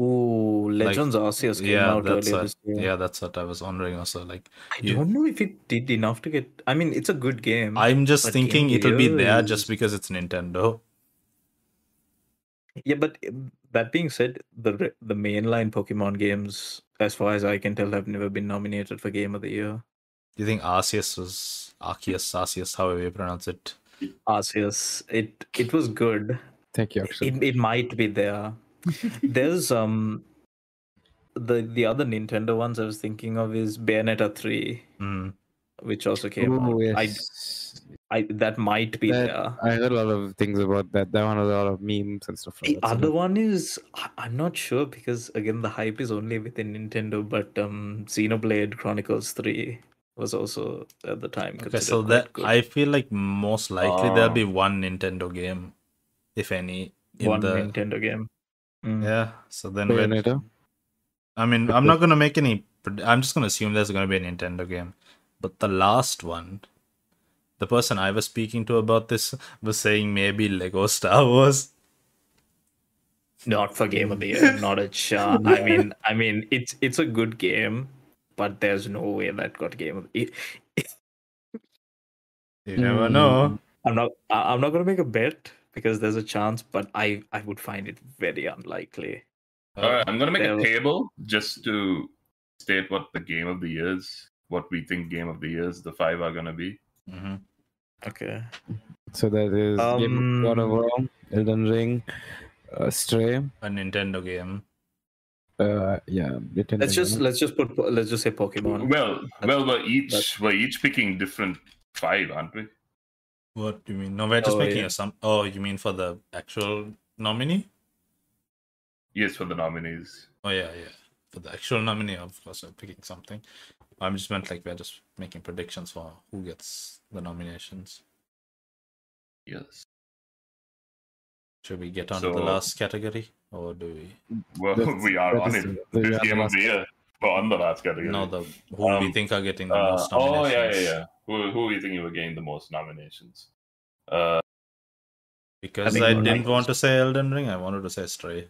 B: Ooh, Legends Arceus came
D: yeah,
B: out
D: that's
B: earlier
D: what,
B: this year.
D: yeah, that's what I was wondering also. Like,
B: I
D: you-
B: don't know if it did enough to get. I mean, it's a good game.
D: I'm just
B: Mm. But
D: thinking
B: Game
D: it'll be
B: Gear
D: there
B: is-
D: just because it's Nintendo.
B: Yeah, but um, that being said, the re- the mainline Pokemon games, as far as I can tell, have never been nominated for Game of the Year.
D: Do you think Arceus was Arceus, Arceus, however you pronounce it?
B: Arceus, it it was good.
C: Thank you, Akshay.
B: It, it might be
C: [laughs]
B: there. There's um the the other Nintendo ones I was thinking of is Bayonetta three,
D: Mm.
B: which also came
C: Ooh,
B: out.
C: yes.
B: I I that might be
C: That-
B: there.
C: I heard a lot of things about that. That one has a lot of memes and stuff like
B: The
C: that.
D: Oh,
C: so
B: other one is I- I'm not sure because again the hype is only within Nintendo, but um Xenoblade Chronicles Three was also at the time.
D: Okay,
B: considered
D: so
B: quite
D: that
B: good.
D: I feel like most likely there'll
A: Ah.
D: be one Nintendo game, if any, in
B: one
D: the
B: Nintendo game. Mm.
D: yeah. So then, when,
C: Bayonetta.
D: I mean, I'm not gonna make any. pred- I'm just gonna assume there's gonna be a Nintendo game. But the last one, the person I was speaking to about this was saying maybe Lego [laughs] Star Wars.
B: Not for Game of the
D: [laughs]
B: Year, not a chance. I mean, I mean, it's it's a good game, but there's no way that got Game of the Year.
D: You never
B: Hmm.
D: know.
B: I'm not I- I'm not gonna make a bet because there's a chance, but I I would find it very unlikely.
A: All right, I'm gonna make
B: There
A: a
B: was-
A: table just to state what the game of the years, what we think game of the years the five are gonna be.
D: Mhm.
B: Okay.
C: So that is Game of God of
B: Um,
C: War, Elden Ring, uh, Stray.
D: A Nintendo game.
C: Uh, yeah, Nintendo
B: Let's just
C: game.
B: let's just put let's just say Pokemon.
A: Well, well, we're
B: that's-
A: each we're each picking different five, aren't we?
D: What do you mean? No, we're just
B: Oh,
D: making
B: yeah.
D: some. Oh, you mean for the actual nominee?
A: Yes, for the nominees.
D: Oh yeah, yeah. For the actual nominee, of course, I'm picking something. I'm just meant like we're just making predictions for who gets the nominations.
A: Yes.
D: Should we get on to the
A: So-
D: last category, or do we?
A: Well,
C: That's-
A: [laughs] we are
C: that
A: on
C: is
A: it.
C: the- we
A: This
C: are the
A: game of
C: last-
A: the year. Well, on the last category.
D: No, the who we
A: Um,
D: think are getting the
A: Uh,
D: most
A: oh
D: nominations.
A: yeah, yeah, yeah. Who who do you think you were getting the most nominations? Uh,
D: Because
B: think
D: I,
B: we're
D: didn't
B: like-
D: want to say Elden Ring, I wanted to say Stray.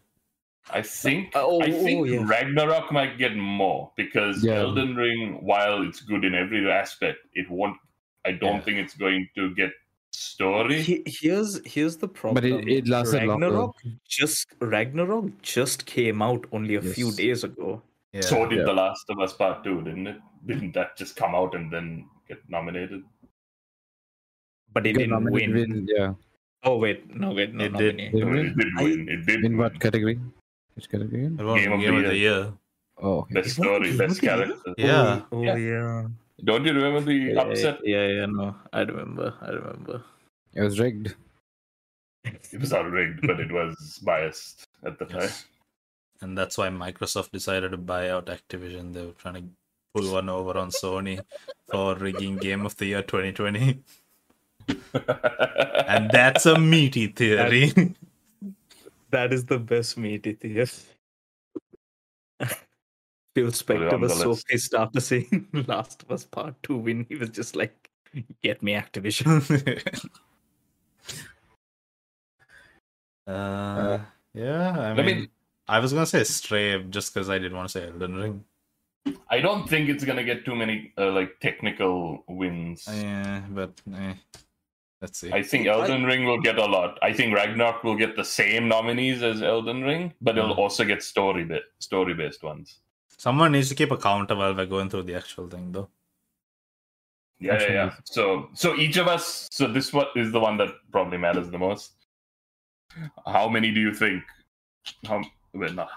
A: I think
B: Oh,
A: I think
B: oh, yeah.
A: Ragnarok might get more because
C: Yeah.
A: Elden Ring, while it's good in every aspect, it won't. I don't
D: Yeah.
A: think it's going to get story.
B: He- here's here's the problem.
C: it- it lasted longer.
B: Ragnarok just Ragnarok just came out only a few
C: Yes.
B: days ago.
D: Yeah.
A: So did
C: Yeah.
A: The Last of Us Part Two, didn't it? [laughs] Didn't that just come out and then get nominated?
B: But it
C: Got
B: didn't win.
C: nominated win, Yeah,
B: Oh wait, no wait, no
D: It did.
B: nominee.
C: Did
A: No,
C: win?
A: it did
B: I-
A: win. It did
C: in what
A: win.
C: category? Which category? again?
D: It was
A: Game of
D: Game
A: the
D: of the year.
C: Oh, okay.
A: Best
B: It won
A: story,
B: Game
A: best
B: of the Year?
A: character.
D: Yeah.
B: Oh
A: Yeah.
B: yeah.
A: Don't you remember the
B: Yeah,
A: upset?
B: Yeah, yeah, no. I remember. I remember.
C: it was rigged.
A: It was not rigged, but it was biased at the time.
D: Yes. And that's why Microsoft decided to buy out Activision. They were trying to pull one over on Sony for rigging Game of the Year 2020. And that's a meaty theory.
B: That is the best meat it [laughs] is. Phil Spector
A: on
B: was
A: the
B: so
A: list.
B: pissed after seeing [laughs] Last of Us Part 2 win. He was just like, get
A: [laughs]
B: me [laughs] Activision.
D: uh, yeah, I mean,
A: Let me-
D: I was gonna say Stray just because I didn't want to say Elden Ring.
A: I don't think it's gonna get too many uh, like technical wins.
D: Uh, Yeah, but eh, let's see.
A: I think Elden Ring will get a lot. I think Ragnarok will get the same nominees as Elden Ring, but it'll
D: Mhm.
A: also get story bit story based ones.
D: Someone needs to keep a counter while we're going through the actual thing, though.
A: Yeah, yeah,
C: Actually,
A: yeah. So, so each of us. So this one is the one that probably matters the most. How many do you think? How well, not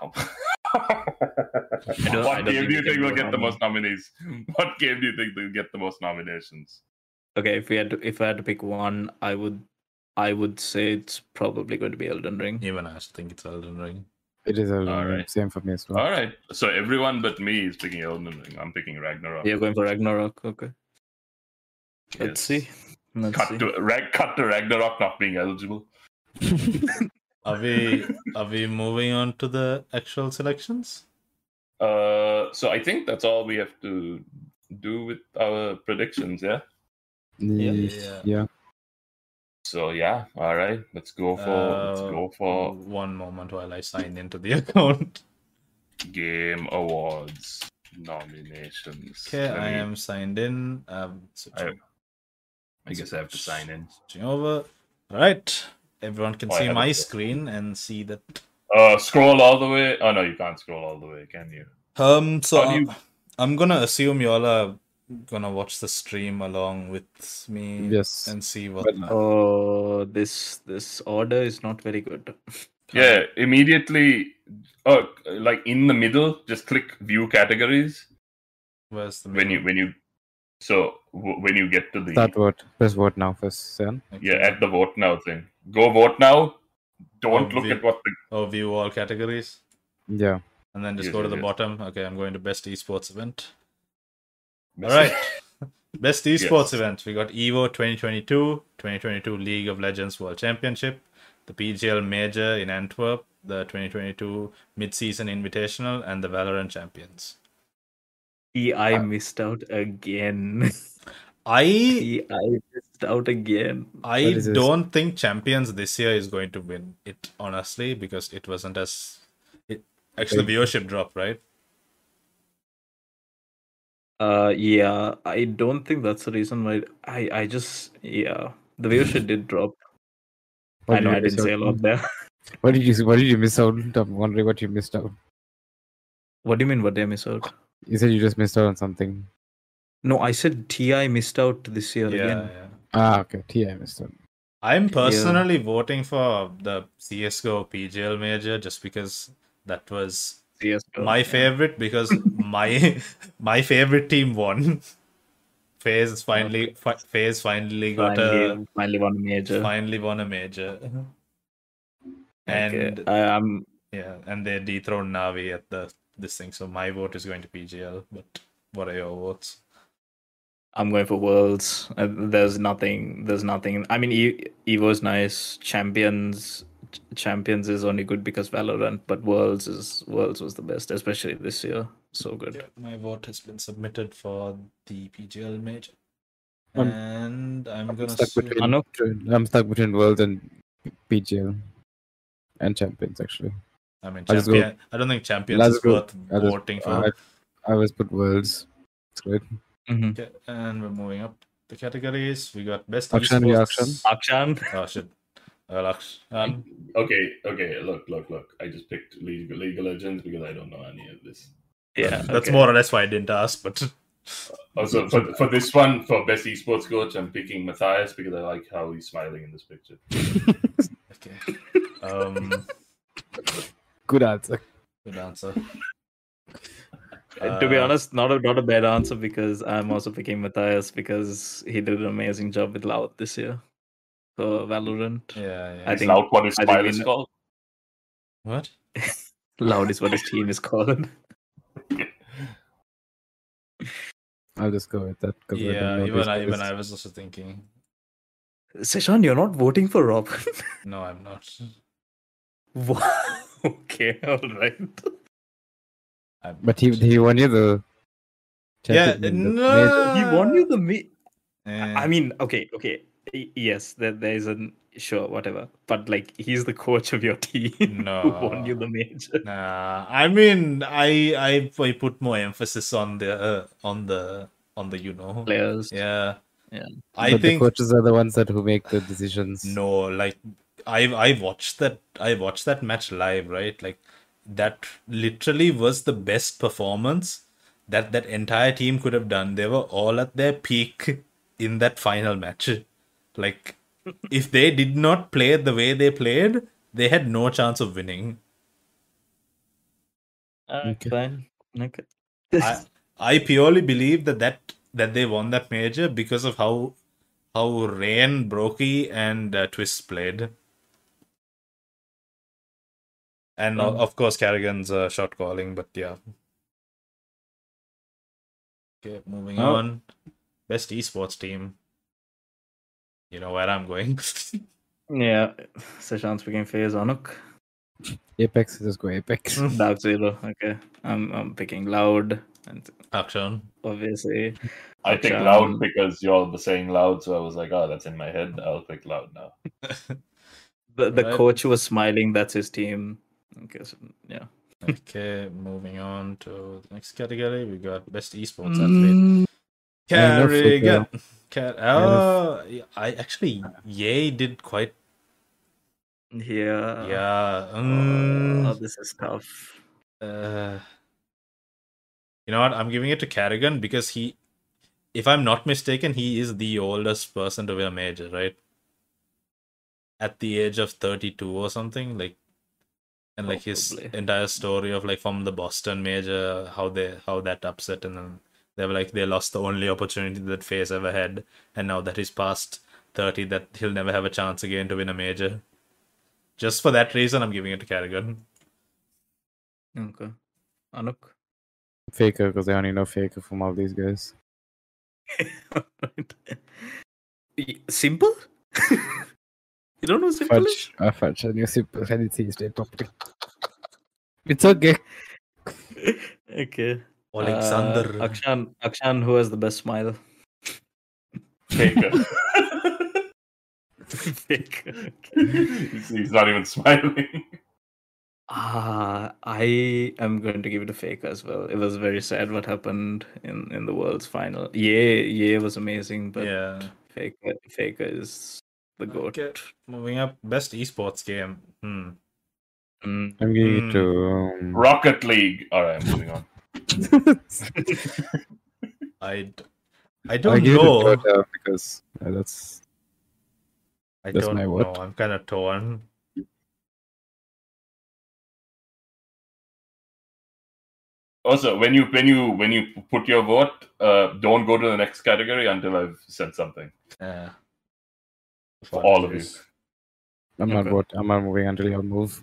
A: how.
B: don't- I
A: what game
B: don't think
A: do
B: we
A: you
B: can
A: think will
B: do how
A: get the
B: many.
A: most nominees? [laughs] What game do you think will get the most nominations?
B: okay, if we had to, if I had to pick one, I would I would say it's probably going to be Elden Ring.
D: Even I think it's Elden Ring.
C: It is Elden Ring.
A: Alright.
C: Same for me as well.
A: All right. So everyone but me is picking Elden Ring. I'm picking Ragnarok.
B: You're going for Ragnarok, okay. Let's
A: Yes.
B: see. Let's
A: Cut
B: see.
A: to rag, cut to Ragnarok not being eligible.
D: Are [laughs] we are we moving on to the actual selections?
A: Uh, so I think that's all we have to do with our predictions. Yeah.
C: Yeah.
D: Yeah.
C: yeah.
A: So yeah. All right. Let's go for. let's
D: Uh,
A: go for.
D: One moment while I sign into the [laughs] account.
A: Game Awards nominations.
D: Okay,
A: Let
D: I
A: me-
D: am signed in. Um, switching,
A: I guess I have to sign in.
D: switching over. Right, everyone can
A: Oh, I
D: see
A: have
D: my
A: it.
D: screen and see that.
A: Uh, scroll all the way. Oh no, you can't scroll all the way, can you?
D: Um, so
A: How do you-
D: I'm- I'm gonna assume y'all are gonna watch the stream along with me
C: Yes.
D: and see what.
C: But- uh,
B: Oh, this this order is not very good.
A: Yeah, immediately. Oh, like in the middle, just click View Categories
D: Where's the
A: when you when you. So w- when you get to the
C: Start vote. Press vote now first, Sam.
A: yeah at the vote now thing, go vote now. Don't
D: Oh,
A: look
D: the-
A: at what the
D: Oh, view all categories,
C: Yeah.
D: and then just
A: Yes,
D: go to
A: yes,
D: the
A: yes.
D: bottom. Okay, I'm going to best esports event. All
A: message-
D: right. Best esports event. We got EVO 2022, 2022 League of Legends World Championship, the PGL Major in Antwerp, the 2022 Midseason Invitational, and the Valorant Champions.
B: See, I missed out again. [laughs]
D: I
B: See, I missed out again.
D: I
C: What is this?
D: don't think Champions this year is going to win it honestly because it wasn't as it actually the viewership drop right.
B: Uh, yeah, I don't think that's the reason why. I I just yeah, the viewership did drop. I know I
C: miss
B: didn't say a
C: out
B: lot
C: on?
B: there. [laughs]
C: What did you What did you miss out? I'm wondering what you missed out.
B: What do you mean? What did I miss out?
C: You said you just missed out on something.
B: No, I said Ti missed out this year
D: Yeah,
B: again.
D: yeah.
C: Ah, okay. T, I missed out.
D: I'm personally voting for the CS:GO PGL Major just because that was
B: Yes,
D: my favorite
B: [laughs]
D: because my my favorite team won. FaZe finally fi- FaZe finally got uh,
B: finally, finally won a major.
D: a finally won a major.
B: Okay,
D: And
B: I, I'm
D: yeah, and they dethroned Navi at the this thing. So my vote is going to PGL, but what are your votes?
B: I'm going for worlds. Uh, there's nothing. There's nothing. I mean, e- Evo's nice. Champions, Ch- Champions is only good because Valorant, but worlds is worlds was the best, especially this year. So good.
D: My vote has been submitted for the PGL major.
C: I'm-
D: and I'm, gonna
C: stuck
D: assume-
C: between-
B: Anuk,
C: I'm stuck between Worlds and PGL and Champions actually.
D: I mean,
C: I'll just go-
D: champion. I don't think champions
C: Let's
D: is
C: go.
D: worth
C: I'll just-
D: voting for.
C: I, I always put Worlds. It's good.
B: mhm.
D: Okay, and we're moving up the categories. We got best
C: Akshan,
D: esports.
C: yeah, Akshan.
B: Akshan. [laughs]
D: Oh shit. Well, um,
A: [laughs]
D: Akshan.
A: Okay, okay. Look, look, look. I just picked League, League of Legends because I don't know any of this.
B: Yeah,
D: That's
B: okay.
D: more or less why I didn't ask, but [laughs]
A: Also, Oh, for, for this one, for best esports coach, I'm picking Matthias because I like how he's smiling in this picture.
D: okay. Um,
C: Good answer.
D: good answer.
B: Uh, to be
D: Uh,
B: honest, not a not a bad answer because I'm also picking Matthias because he did an amazing job with Loud this year for Valorant.
D: Yeah, yeah.
B: I
A: Is
B: think-
A: that what his
B: I think
A: smile
B: we
A: is
B: know-
A: called?
D: what?
B: Loud is what his team is called.
C: I'll just go with that. 'cause I don't
D: Yeah,
C: know
D: even
C: these
D: I, even
C: guys.
D: I was also thinking.
B: Seshan, you're not voting for Rob. [laughs]
D: No, I'm not.
B: Wow. okay, all right.
D: I'm
C: But he
D: not.
C: he won you the.
D: yeah,
C: Champions
D: no,
C: League, the
D: no,
C: major.
D: no,
B: he
D: no,
B: won
D: no.
B: you the me.
D: Eh,
B: I mean, okay, okay. Y- Yes, there, there is an sure, whatever. But like, he's the coach of your team. [laughs] who won you
D: No.
B: the major?
D: Nah, I mean, I I I put more emphasis on the uh, on the on the you know.
B: Players.
D: Yeah.
B: Yeah.
D: I
C: but
D: think
C: the coaches are the ones that who make the decisions.
D: no, like I I watched that I watched that match live, right? Like that literally was the best performance that that entire team could have done. They were all at their peak in that final match. Like if they did not play the way they played, they had no chance of winning.
B: Alright,
C: Okay.
B: Fine. Okay.
D: I, I purely believe that, that that they won that major because of how how Rain, Brokey, and uh, Twist played, and o-
B: Mm.
D: of course Carrigan's uh, shot calling. But yeah. Okay, moving
C: Oh.
D: on. Best esports team. You know where I'm going. [laughs]
B: yeah. Seshan's picking Faze Anuk.
C: Apex, just go Apex.
D: Mm.
B: Dark Zero. Okay. I'm I'm picking Loud and
D: [laughs] Action.
B: obviously.
A: I picked
B: Akshan.
A: loud because y'all were saying loud, so I was like, oh, that's in my head. I'll pick loud now. [laughs]
B: The the
D: Right.
B: coach who was smiling, that's his team. Okay, so, yeah.
D: Okay, moving on to the next category. We got best
B: Mm.
D: esports athlete. Carrigan. Car- oh, yeah, I actually, Yay did quite.
B: Mm. Yeah.
D: Yeah.
B: Oh,
D: mm,
B: this is tough.
D: uh, you know what? I'm giving it to Carrigan because he, if I'm not mistaken, he is the oldest person to win a major, right? At the age of 32 or something, like, and like his
B: Probably.
D: entire story of like from the Boston major, how they how that upset, and then they were like they lost the only opportunity that FaZe ever had, and now that he's past 30, that he'll never have a chance again to win a major. Just for that reason, I'm giving it to Carrigan.
B: Okay. Anuk.
C: Faker, because I only know Faker from all these guys.
B: [laughs] Y- Simple? [laughs] you don't know simple? is?
C: Fudge. Ah, fudge. I knew simple. I didn't see his name properly. It's okay.
B: okay.
D: Alexander.
B: Uh, Akshan, Akshan, who has the best smile?
A: Faker.
B: [laughs] Fake.
A: [laughs] he's, he's not even [laughs] smiling.
B: [laughs] Ah, I am going to give it a fake as well. It was very sad what happened in in the world's final. Yeah, yeah, was amazing, but
D: yeah.
B: Faker, Faker is the goat.
D: Okay, moving up. Best esports game. Hmm.
B: Mm.
C: I'm giving
D: Hmm.
C: it to.
A: Rocket League. All right, moving on.
C: Um...
D: I, d- I
C: I
D: don't
C: give
D: know.
C: it to Dota because uh, that's
D: I
C: that's
D: don't
C: my
D: know.
C: vote.
D: I'm kind of torn.
A: Also, when you when you when you put your vote, uh, don't go to the next category until I've said something.
D: Yeah.
A: For all of you.
C: I'm not
B: Okay.
C: vote. I'm not moving until you move.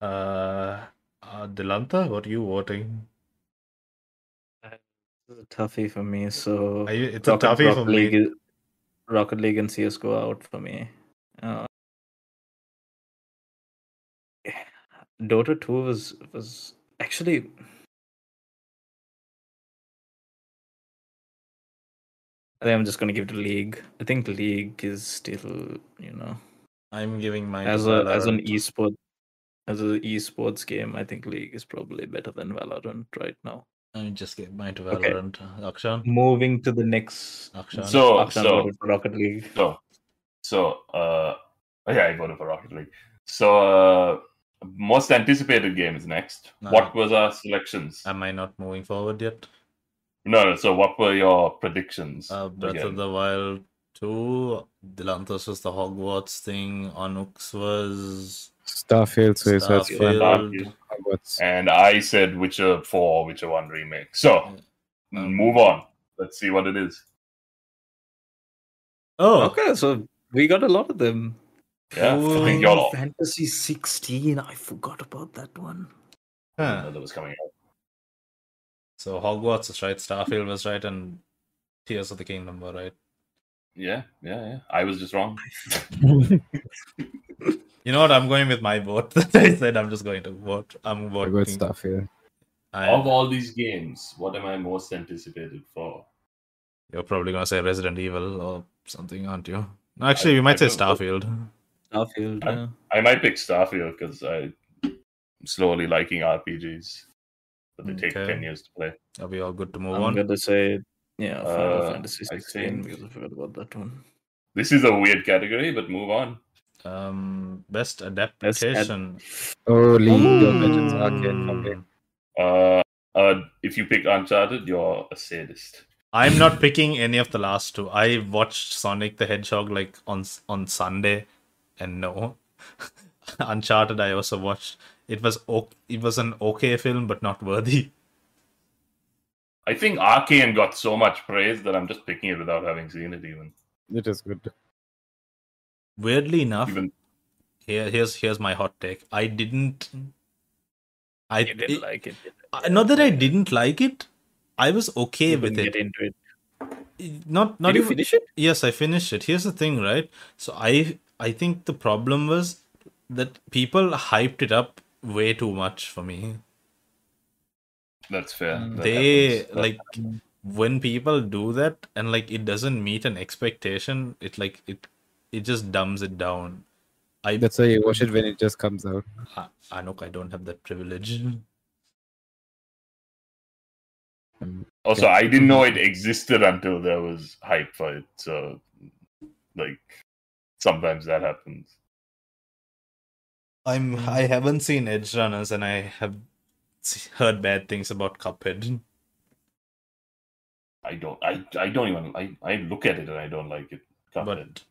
D: Uh, uh, Delanta, what are you voting?
B: This is a toughie for me. So
D: Are you, it's a toughie for
B: League,
D: me.
B: is- Rocket League and CS:GO are out for me. Uh, Dota 2 was was actually I think I'm just gonna give it to League. I think League is still, you know,
D: I'm giving mine to
B: as a as an
D: Valorant.
B: esport as an esports game, I think League is probably better than Valorant right now.
D: I just gave mine to
B: Okay.
D: Valorant. Akshan.
B: Moving to the next
D: Akshan.
A: So-
B: Akshan
A: so-
B: voted for Rocket League.
A: So, so uh, yeah, I voted for Rocket League. So, uh, most anticipated game is next.
D: No. Um,
A: What was our selections?
D: Am I not moving forward yet?
A: no, no. So, what were your predictions?
D: Uh, Breath
A: again?
D: of the Wild 2. Delanthos was the Hogwarts thing. Onux was.
C: Starfield Suicide Squad.
A: Starfield.
D: Starfield.
C: What's
A: And I said Witcher 4, Witcher 1 remake. So,
D: Um,
A: move on. Let's see what it is.
D: Oh,
B: Okay, so we got a lot of them. Oh,
A: Yeah,
D: Ooh.
A: fucking YOLO.
B: Fantasy 16. I forgot about that one.
A: I didn't
D: Huh.
A: know that was coming out.
D: So Hogwarts was right, Starfield was right, and Tears of the Kingdom were right.
A: Yeah, yeah, yeah. I was just wrong.
D: You know what? I'm going with my vote. [laughs] I said I'm just going to vote. I'm voting.
C: good stuff here?
A: Of
D: I,
A: all these games, what am I most anticipated for?
D: you're probably gonna say Resident Evil or something, aren't you? No, actually, we might say
A: I don't
D: Starfield.
B: Starfield.
A: I-
B: yeah.
A: I might pick Starfield because I'm slowly liking RPGs, but they take
D: Okay.
A: 10 years to play.
D: Are we all good to move
B: I'm
D: on?
B: gonna say, yeah, Final
A: Uh,
B: Fantasy
A: I
B: 16
A: think-
B: because I forgot about that one.
A: This is a weird category, but move on.
D: Um, best adaptation. Hmm.
C: Oh, League of
B: Ooh.
C: Legends Arcade. Okay.
D: Mm,
A: Uh, uh, if you pick Uncharted, you're a sadist.
D: I'm not picking any of the last two. I watched Sonic the Hedgehog like on on Sunday, and no, [laughs] Uncharted. I also watched. It was ok- It was an okay film, but not worthy.
A: I think Arcane got so much praise that I'm just picking it without having seen it even.
C: It is good.
D: Weirdly enough,
A: Even
D: here here's here's my hot take i didn't i
B: You didn't like it.
D: I- not that i didn't like it i was okay
B: You
D: with
B: couldn't Get
D: it.
B: into it.
D: not not
B: Did you
D: even-
B: finish it?
D: yes i finished it here's the thing right so i i think the problem was that people hyped it up way too much for me
A: that's fair. That
D: Mm. they
A: happens.
D: like when people do that and like it doesn't meet an expectation it like it it just dumbs it down I
C: That's why you watch it when it just comes out.
D: I, Anok, I don't have that privilege.
C: Um,
A: Also, I didn't know it existed until there was hype for it. So, like, sometimes that happens.
D: I'm I haven't seen Edge Runners, and I have s- heard bad things about Cuphead.
A: I don't. I. I don't even. I. I look at it and I don't like it. Cuphead.
D: But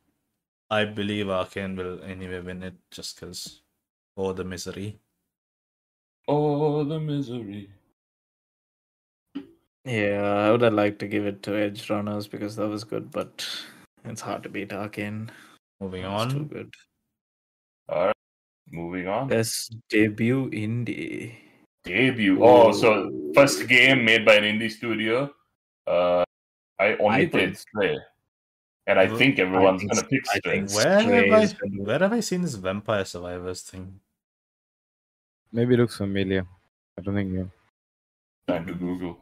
D: I believe Arkane will anyway win it just because. Oh, the misery.
A: oh, the misery.
B: Yeah, I would have liked to give it to Edge Runners because that was good, but it's hard to beat Arkane.
D: Moving
B: It's too
D: on.
B: good.
A: All right. Moving on.
B: Best debut indie.
A: Debut. Oh,
B: Ooh.
A: so first game made by an indie studio. Uh, I only
B: I
A: played
B: think-
A: Stray, and I
D: Well,
A: think everyone's
B: think-
A: gonna pick
B: I
A: Stray.
B: think-
D: Where
B: Stray
D: have
B: is
D: I
B: gonna-
D: where have I seen this Vampire Survivors thing?
C: Maybe it looks familiar. I don't think you.
A: Time to Google.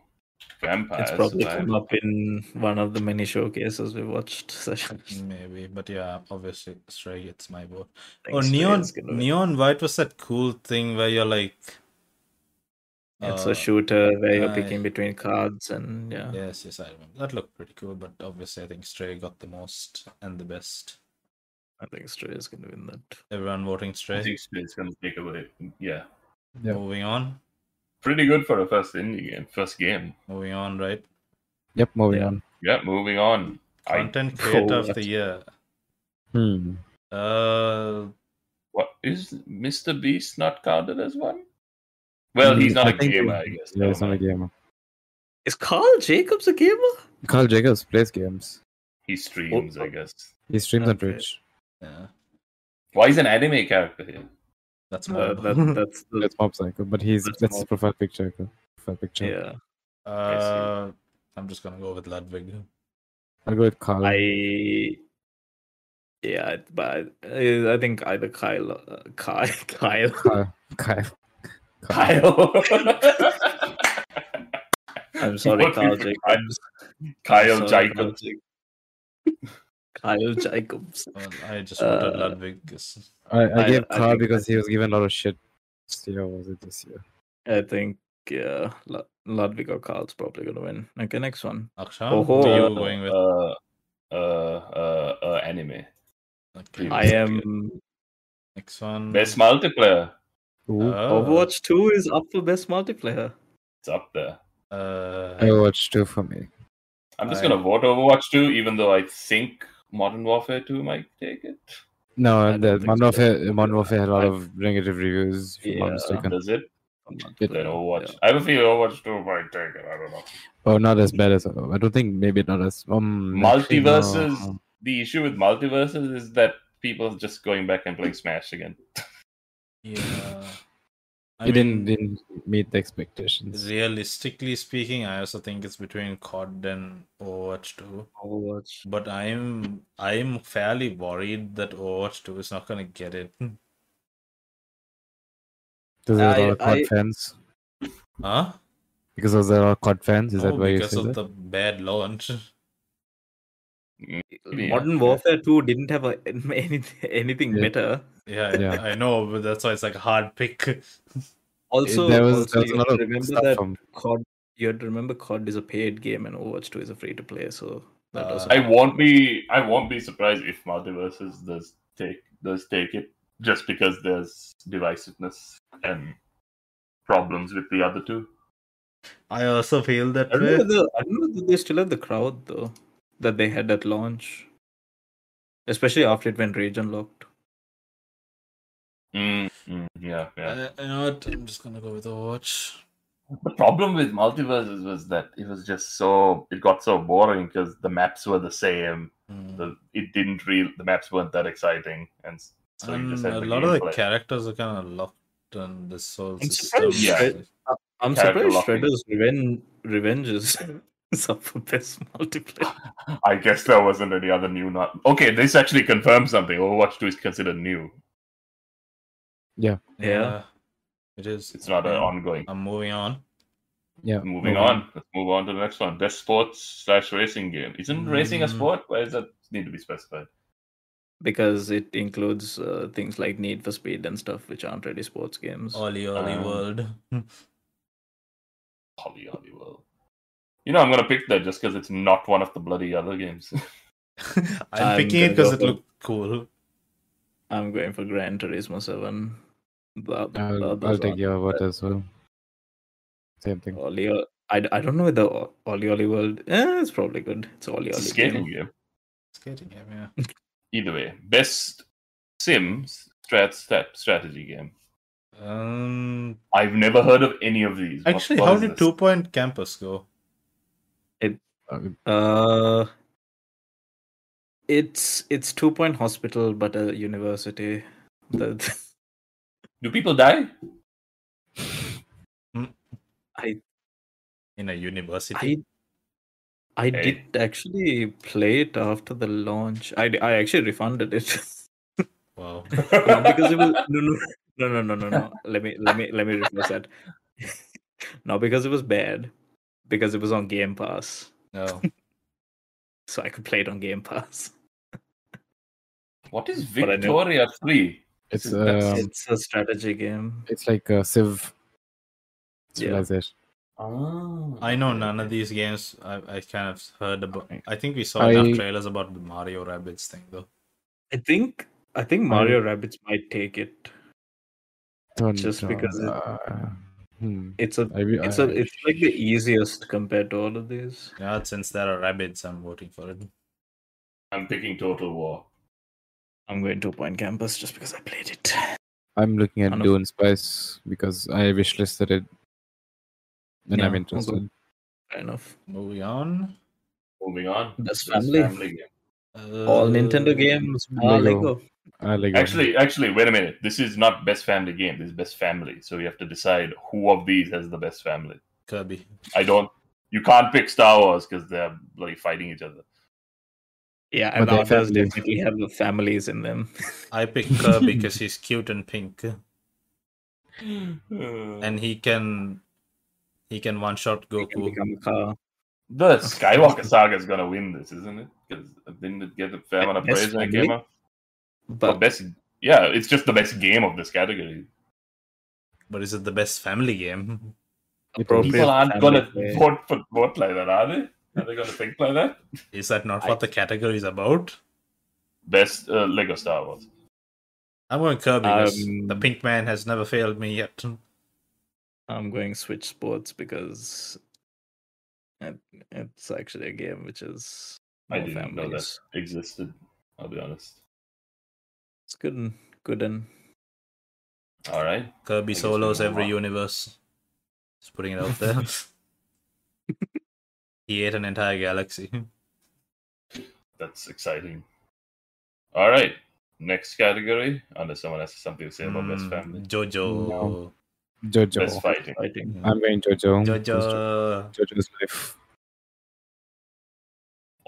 A: Vampire.
B: Ah, it's probably
A: Survivor.
B: come up in one of the many showcases we watched sessions.
D: Maybe, but yeah, obviously Stray gets my vote.
B: I think
D: Oh,
B: Stray
D: neon
B: is gonna win.
D: neon white was that cool thing where you're like.
B: It's
D: uh,
B: a shooter where you're
D: aye.
B: picking between cards and yeah.
D: Yes, yes, I remember. That looked pretty cool, but obviously, I think Stray got the most and the best.
B: I think Stray is gonna win that.
D: Everyone voting Stray.
A: I think Stray's gonna take away. Yeah.
C: Yeah.
D: Moving on,
A: Pretty good for a first indie game. First game.
D: moving on, right?
C: Yep, moving
B: Yeah.
C: on.
A: Yeah. Moving on. I-
B: [laughs]
D: Content creator of the
B: Correct.
D: year.
C: Hmm.
D: Uh,
A: What is Mr. Beast not counted as one? Well,
B: Mm,
A: he's not
C: a
A: a gamer, I guess.
C: Yeah, he's
A: Never mind.
C: not a gamer.
B: Is Carl Jacobs a gamer?
C: Carl Jacobs plays games.
A: He streams, I guess.
C: He streams on
B: Okay.
C: Twitch.
D: yeah,
A: Why is an anime character here? [laughs]
D: that's
B: Uh,
D: more.
B: that,
D: [laughs]
B: that's the
C: That's Mob Psycho, but he's
B: That's
C: that's his
B: Mob-
C: profile picture. okay. Profile picture.
B: yeah.
D: uh, I'm just gonna go with Ludwig.
C: I'll go with Carl.
B: I yeah, I- but I, I think either Kyle, uh, Kyle, [laughs] Kyle,
C: Kyle. Kyle. Kyle.
A: Kyle. [laughs]
B: I'm [laughs] sorry,
A: What
B: Kyle
A: people-
B: Jacobs.
A: Kyle uh,
B: I'm sorry,
A: Jacobs.
B: Kyle Jac- Kyle Jacobs.
D: Well, I just wanted
B: Uh,
D: Ludwig. 'cause-
C: I, I,
B: I-
C: gave
B: I
C: Carl
B: think
C: because he was given a lot of shit. This year was it this year?
B: I think yeah, Lu- Ludwig or Kyle's probably gonna win. Okay, next one.
D: Akshan,
B: Oh,
D: who are
B: oh,
D: you going with?
A: Uh, uh, uh, uh, anime.
D: Okay,
B: I am
D: next one.
A: Best multiplayer.
B: Uh,
C: Ooh.
D: Oh,
B: Overwatch Two is up for best multiplayer.
A: It's up there.
D: Uh,
C: I watched two for me.
A: I'm just
D: I-
A: gonna vote Overwatch 2, even though I think Modern Warfare 2 might take it.
C: No,
B: don't
C: the
B: think
C: Modern
B: so.
C: Warfare, Modern Warfare had a lot
A: I-
C: of negative reviews, if I'm not
B: Yeah.
C: mistaken.
A: Does it?
B: for
C: It-
A: Then
B: multiplayer,
A: Overwatch.
B: yeah.
A: I have a feeling Overwatch 2 might take it. I don't know.
C: Oh, not as bad as I don't think. Maybe not as um. actually, no.
A: Multiverses. The issue with multiverses is that people are just going back and playing Smash again.
C: [laughs]
D: yeah. I
C: It didn't
D: mean,
C: didn't meet the expectations.
D: realistically speaking, I also think it's between COD and Overwatch 2.
B: Overwatch.
D: But I'm I'm fairly worried that Overwatch 2 is not gonna get it.
C: Because there was a lot
B: I-
C: of COD
B: I-
C: fans.
D: [laughs] Huh?
C: Because there was a lot of COD fans. Is
D: Oh,
C: that why you
D: because
C: said
D: of
C: that?
D: the bad launch. [laughs]
A: Yeah.
B: Modern Warfare Two didn't have a, [laughs] any, anything
C: Yeah.
B: better.
D: Yeah,
C: Yeah.
D: I know, but that's why it's like a hard pick. [laughs]
B: Also,
C: there was
B: also
C: there was
B: you have
C: a lot
B: to
C: of
B: remember
C: stuff
B: that
C: from.
B: COD. You have to remember COD is a paid game and Overwatch 2 is a free to play, so that
D: Uh,
B: doesn't.
A: I won't be I won't be surprised if multiverses does take does take it just because there's divisiveness and problems with the other two.
D: I also feel that
B: I don't, know whether, I don't know whether they still have the crowd though that they had at launch, especially after it went rage unlocked.
A: Mm, mm, yeah, yeah.
D: Uh, you know what? I'm just gonna go with Overwatch.
A: The problem with multiverses was that it was just so it got so boring because the maps were the same.
D: Hmm.
A: The it didn't real the maps weren't that exciting and s- so you
D: and
A: just had
D: Um, a
A: the
D: lot of the
A: gameplay.
D: characters are kind of locked in this whole
B: I'm
D: system.
B: surprised Yeah. I'm
A: Character
B: surprised
A: locking.
B: Shredder's Reven- Revenge is [laughs] is up for best
A: [laughs]
B: multiplayer.
A: I guess there wasn't any other new not okay, this actually confirms something. Overwatch 2 is considered new.
B: Yeah.
D: it is.
A: It's not an
D: Yeah.
A: ongoing
D: I'm moving on.
C: Yeah.
A: Moving on, let's move on to the next one. Best sports slash racing game. Isn't racing a
D: Mm.
A: sport? Why does that need to be specified?
B: because it includes uh, things like Need for Speed and stuff, which aren't really sports games.
D: Ollie Ollie
A: Um,
D: World. [laughs]
A: Holly Holly World. You know, I'm gonna pick that just because it's not one of the bloody other games.
D: I'm,
B: I'm
D: picking it
B: gonna
D: because
B: go
D: it
B: for-
D: looked cool.
B: I'm going for Gran Turismo Seven. The- the
C: I'll, I'll
B: others
C: take
B: aren't
C: your vote
B: bad.
C: as well. Same thing.
B: Ollie, O- I, I don't know whether O- Ollie Ollie World. Eh, it's probably good. It's Ollie
A: it's a
B: Ollie.
A: skating
B: game.
A: game.
D: Skating game, yeah.
A: Either way, best Sims strat, stat, strategy game.
D: Um,
A: I've never heard of any of these. What-
D: actually,
A: what
D: how
A: is
D: did
A: this?
D: Two Point Campus go?
B: Uh, it's it's two point hospital, but a university. The,
A: do people die?
D: In a university.
B: I I
A: Hey.
B: did actually play it after the launch. I, I actually refunded it. [laughs]
D: Wow.
B: no, because it was no no no no no no no. Let me let me let me rephrase that. [laughs] no, because it was bad. Because it was on Game Pass,
D: No.
B: so I could play it on Game Pass.
A: What is
B: But I know-
A: Victoria Three?
C: It's
A: That's-
C: um,
B: it's a strategy game.
C: it's like a Civ
B: Yeah.
C: civilization.
A: Oh,
D: I know none of these games. I, I kind of heard about. I think we saw
C: I-
D: enough trailers about the Mario Rabbids thing, though.
B: I think I think Mario Rabbits might take it.
C: Don't-
B: Just
C: don't,
B: because it-
C: uh, hmm.
B: It's a
C: I, re-
B: it's
C: I,
B: a it's like the easiest compared to all of these.
D: Yeah, since there are rabbits, I'm voting for it.
A: I'm picking Total War.
B: I'm going to point campus just because I played it.
C: I'm looking at
B: Kind of-
C: Dune Spice because I wishlisted it, and I'm
B: Yeah,
C: interested.
B: okay. Fair enough.
D: Moving on.
A: Moving on.
B: That's
A: Best
B: family.
A: game.
B: All
D: Uh,
B: Nintendo games uh, oh, are
C: Lego.
B: Lego.
C: I like that.
A: Actually, actually, wait a minute. This is not best family game. This is best family. So you have to decide who of these has the best family.
D: Kirby.
A: I don't. You can't pick Star Wars because they're bloody fighting each other.
B: Yeah,
C: But
B: and
C: they're
B: others
C: families.
B: definitely have the families in them.
D: I picked Kirby because he's cute and pink,
A: Uh,
D: and he can he can one shot
B: They can
D: Goku.
B: become a car.
A: the Skywalker Saga is gonna win this, isn't it? Because didn't it get a fair amount of
B: Best
A: praise when it
B: family?
A: came out?
B: But
A: But best, yeah, it's just the best game of this category.
D: But is it the best family game?
B: appropriate
A: People aren't
B: family
A: gonna
B: play.
A: vote for vote like that, are they? Are they gonna think like that?
D: Is that not
B: I-
D: what the category is about?
A: Best uh, Lego Star Wars.
D: I'm going Kirby. 'cause the
B: Um,
D: pink man has never failed me yet.
B: I'm going Switch Sports because it, it's actually a game which is
A: I
B: more
A: didn't know that.
B: families.
A: Existed. I'll be honest.
B: It's good and good and
A: All right. I
D: Kirby
A: guess we
D: solos
A: know
D: every
A: what-
D: universe. Just putting it out there. he ate an entire galaxy.
A: That's exciting. All right. Next category, unless someone has something to say about best
B: Hmm,
D: Mm,
A: family.
D: Jojo.
C: No. Jojo.
A: Best fighting.
B: fighting.
C: I'm going Jojo. Because
D: Jojo.
C: Jo- Jojo's life.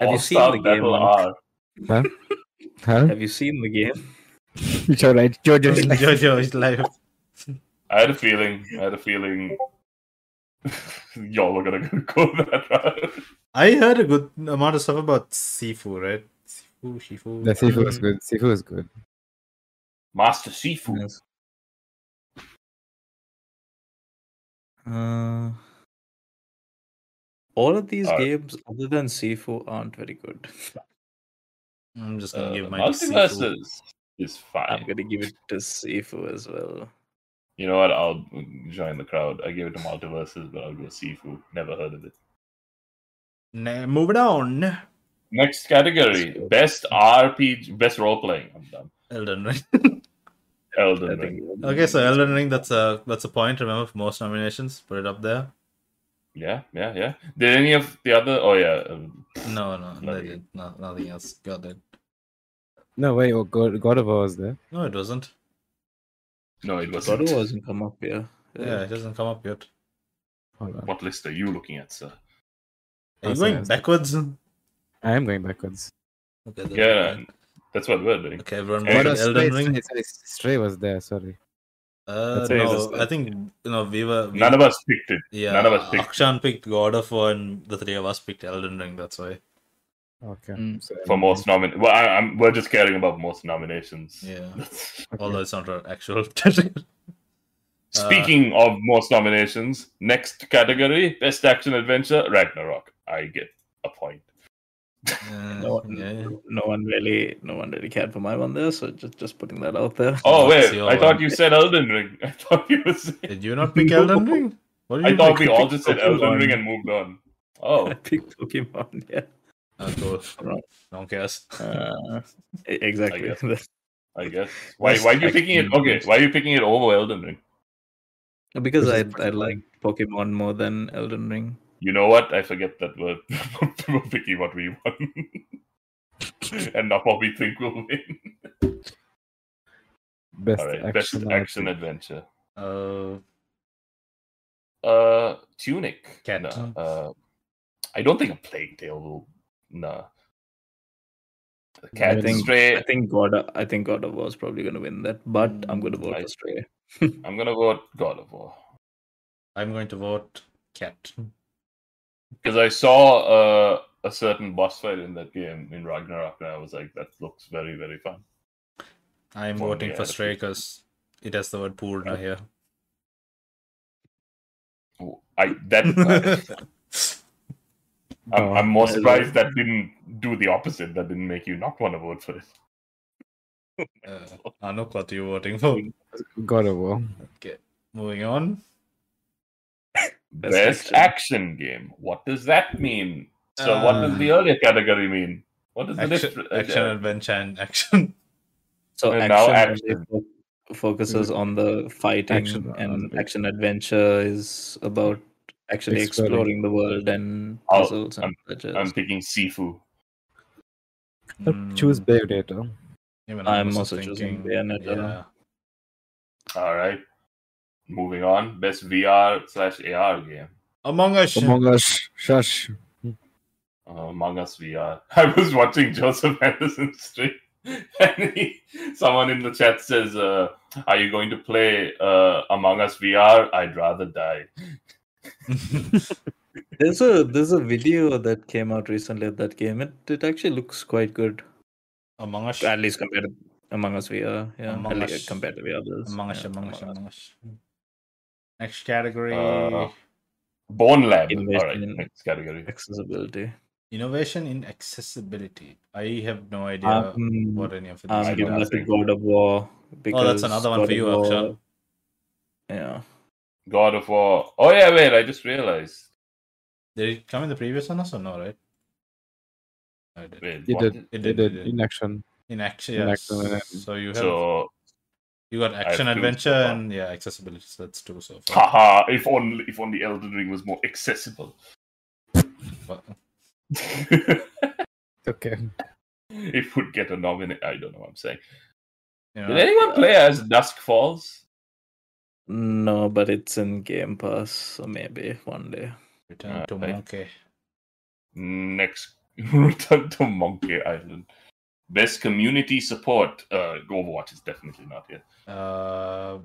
C: [laughs]
B: Have you seen
A: All-star
B: the game
A: Battle
B: on-
A: R.
C: Huh?
B: Have you seen the game?
C: It's alright. Jojo's life.
D: [laughs] Jojo is life.
A: I had a feeling. I had a feeling. [laughs] Y'all are gonna go [laughs] that route.
D: I heard a good amount of stuff about Sifu, right? Sifu, Shifu.
C: The seafood is good. Seafood is good.
A: Master Sifu.
B: Yes. Uh, all of these
A: Uh,
B: games, other than Sifu, aren't very good.
D: I'm just gonna
A: Uh,
D: give my Sifu.
A: Multiverses is fine.
B: I'm gonna give it to Sifu as well.
A: You know what? I'll join the crowd. I give it to Multiverses, but I'll go Sifu. Never heard of it.
D: Ne- moving on.
A: Next category: best RPG, best role playing. I'm done.
D: Elden Ring.
A: Elden
B: I
A: Ring.
B: think.
D: okay, so Elden Ring. That's a that's a point. Remember for most nominations. Put it up there.
A: Yeah, yeah, yeah. Did any of the other? Oh yeah, um,
D: No, no, they
A: Bloody-
D: did. No, nothing else. Got it.
C: No, wait. Oh, God, God of War was there.
D: No, it wasn't.
A: no, it
B: God
A: wasn't.
B: of War hasn't come up here.
D: Yeah, it doesn't come up yet.
C: Hold on.
A: What list are you looking at, sir?
D: Are you
C: That's
D: going
C: nice.
D: backwards? Okay,
C: I am going backwards.
D: that's
A: Yeah,
D: fine.
A: that's what we're doing.
D: Okay, everyone.
A: What
D: voted
C: What
A: Anyway.
C: else? Stray,
D: Elden Ring.
C: Stray, Stray, Stray was there. Sorry.
D: Uh,
C: That's
D: no,
C: interesting.
D: I think no. We were we-
A: None of us picked it.
D: Yeah,
A: none of us picked-
D: Akshan picked God of War, and the three of us picked Elden Ring. That's why.
C: Okay.
B: Mm.
C: So-
A: for most nominations. Well, I, I'm, we're just caring about most nominations.
D: Yeah.
C: Okay.
D: Although it's not an actual [laughs] category.
A: [laughs] Speaking of most nominations, next category Best Action Adventure Ragnarok. I get a point.
D: Uh,
B: No,
D: yeah.
B: no one really, no one really cared for my one there. So just, just putting that out there. [laughs]
A: Oh,
D: That's
A: wait.
D: your
A: I thought
D: one.
A: you said Elden Ring. [laughs] I thought you were saying.
D: Did you not pick
B: No.
D: Elden Ring? What did
A: I
D: you
A: thought
D: pick?
A: we all just said Elden
B: Pokemon.
A: Ring and moved on. Oh,
B: I picked Pokemon. Yeah,
D: Ah, cool.
B: Wrong.
D: No one cares.
B: uh, e- exactly. [laughs]
A: guess. I guess. Why,
B: Best
A: why are you picking it?
B: Action
A: Okay, why are you picking it over Elden Ring?
B: because
C: Which
B: I,
C: is
B: I
C: pretty
B: like Pokemon more than Elden Ring.
A: You know what? I forget that we're, [laughs] we're picking what we want. and not what we think will win.
C: Best
A: All right,
C: action.
A: best
C: I
A: action
C: think.
A: adventure.
D: Uh,
A: Uh, Tunic.
D: Cat.
A: Nah, uh, I don't think a Plague Tale will. Nah. Cat
B: I think-
A: Stray.
B: I think God, I think God of War is probably going to win that, but I'm going to vote
A: I-
B: for Stray.
A: I'm gonna vote God of War
D: I'm going to vote cat.
A: because I saw uh, a certain boss fight in that game in Ragnarok, and I was like, that looks very very fun.
D: I'm
A: Well,
D: voting for
A: yeah.
D: Stray because it has the word
A: [laughs]
D: Purna here.
A: Oh, I
D: [laughs]
A: that I,
D: Oh,
A: am I'm more
B: I-
A: surprised that didn't do the opposite. That didn't make you not want to vote for it.
D: Uh, Anuk, what are you voting for?
C: God of War.
D: Moving on.
B: Best
A: Best,
B: action.
A: action. game. What does that mean? So what
D: Uh,
A: does the earlier category mean? What is the uh,
D: Action,
A: difference?
D: action adventure, and action.
B: So
A: And
B: action,
A: now
B: really fo- focuses on the fighting,
C: Action,
B: and
C: uh,
B: action adventure is about actually
C: Exploring.
B: exploring the world and
A: I'll-
B: puzzles and such as-
A: I'm picking Sifu.
C: I'll Choose
D: Mm,
C: Bayonetta.
D: even
B: I'm also choosing Bayonetta.
D: Yeah.
A: All right. Moving on. Best VR slash AR game.
D: Among Us. [laughs]
C: Among Us. Shush.
A: Uh, Among Us VR. [laughs] I was watching Joseph Anderson [laughs] stream, and he, someone in the chat says, uh, "Are you going to play uh, Among Us VR? I'd rather die."
B: There's a there's a video that came out recently of that game. It it actually looks quite good,
D: Among Us.
B: at least compared to Among Us VR. Yeah,
D: Among
B: at least
D: Us.
B: compared to the others.
D: Among Us,
B: yeah,
D: Among Us, Among Us. Next category
A: Uh, Bone Lab. All right,
B: Invasion.
A: next category.
B: Accessibility.
D: Innovation in accessibility. I have no idea
B: Um,
D: what any of it
B: I'm
A: I
D: is.
B: giving
A: don't
B: that to
A: think-
B: God of War.
D: oh, that's
B: because
D: another one
B: God
D: for
B: of
D: you,
B: War-
D: Akshan.
B: Yeah.
A: God of War. Oh yeah, wait. I just realized.
D: Did it come in the previous one also? No, right? I did.
A: Wait,
C: You
A: what
C: did.
A: is-
D: It
C: They
D: did.
C: did
D: it did.
C: in action.
D: In action,
C: in
D: yes.
C: action, yeah.
D: So you have
A: So,
D: you got action
A: two so
D: adventure
A: far.
D: and yeah, accessibility. So that's two so far.
A: haha. If only if only Elden Ring was more accessible. [laughs]
D: But-
C: Okay.
A: it would get a nominee. I don't know what I'm saying.
D: you know,
A: Did anyone play as Dusk Falls?
B: No, but it's in Game Pass, so maybe one day.
D: return to
A: Okay.
D: monkey.
A: Next, [laughs] return to Monkey Island. Best community support. Uh, Overwatch is definitely not here.
D: Uh,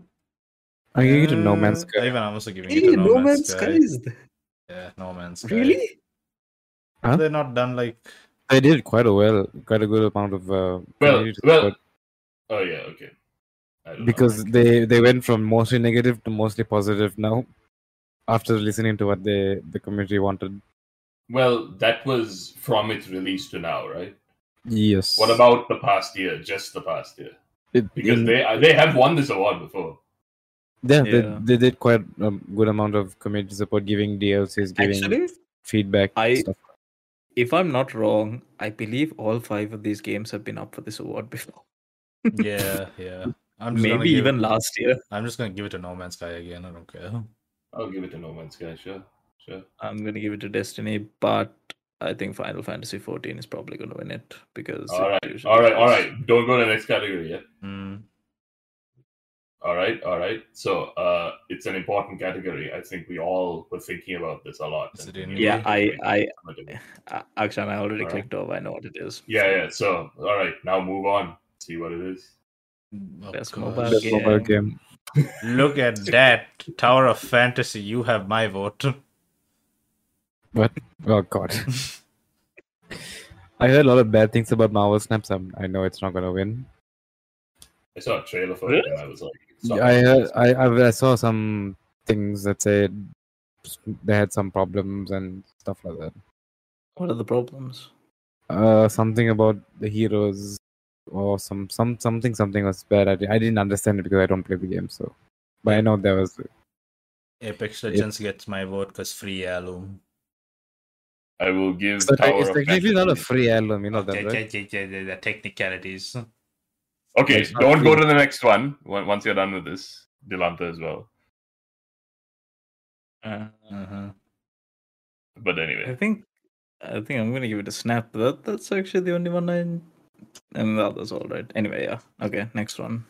C: I'm going to No Man's
D: uh,
C: Sky.
D: Even I'm also giving it to No, Man's Sky.
B: is [laughs]
D: Yeah, No Man's Sky.
B: really?
C: Huh?
D: They're not done like
C: They did quite a well, quite a good amount of. Uh,
A: Well,
C: community
A: well,
C: support
A: Oh yeah, okay. I don't know.
C: because they they went from mostly negative to mostly positive now, after listening to what they the community wanted.
A: well, that was from its release to now, right?
C: Yes.
A: What about the past year? Just the past year,
C: It,
A: because
C: in-
A: they uh, they have won this award before.
C: yeah, they,
B: Yeah.
C: they did quite a good amount of community support, giving DLCs, giving
B: Actually,
C: feedback.
B: I-
C: stuff.
B: if I'm not wrong, I believe all five of these games have been up for this award before.
D: yeah, yeah. I'm just gonna
B: Maybe
D: give-
B: even last year.
D: I'm just gonna give it to No Man's Sky again. I don't care.
A: I'll give it to No Man's Sky. Sure, sure.
B: I'm gonna give it to Destiny, but I think Final Fantasy 14 is probably gonna win it because
A: All
B: it
A: right,
B: usually
A: all right, all
B: does.
A: right. Don't go to the next category yet.
D: Mm.
A: All right, all right. So uh, it's an important category. I think we all were thinking about this a lot.
D: Is
A: and
D: it in-
A: thinking
B: Yeah,
A: about
B: I,
A: it.
B: I, A- Akshan, I
A: All
B: already
A: right.
B: clicked off. I know what it is.
A: yeah, yeah. So all right, now move on. See what it is.
D: Oh,
B: Best
D: God.
B: mobile
C: Best mobile game.
D: Look at that Tower of Fantasy. You have my vote.
C: Oh God. [laughs] I heard a lot of bad things about Marvel Snaps. I'm, I know it's not gonna win.
A: I saw a trailer for it, and I was like, it's not
C: I uh,
A: gonna
C: heard,
A: win.
C: I I've- I saw some things that said they had some problems and stuff like that.
B: What are the problems?
C: Uh, something about the heroes or some some something something was bad. I, di- I didn't understand it because I don't play the game. So, but I know there was.
D: Apex Legends gets my vote because free heirloom.
A: I will give.
C: It's, like,
A: Tower
C: it's
A: of
C: technically not a
A: Fantasy-
C: free album, you know that,
D: Okay,
C: right?
D: okay, okay, okay, the technicalities.
A: Okay,
C: It's not
A: don't go
C: free.
A: to the next one. on- Once you're done with this, Delanta as well.
B: Uh,
C: Mm-hmm.
D: Uh-huh.
A: But
B: I
A: anyway,
B: think I think I'm gonna give it a snap. That that's actually the only one I and the others all right. Anyway, yeah. Okay, next one.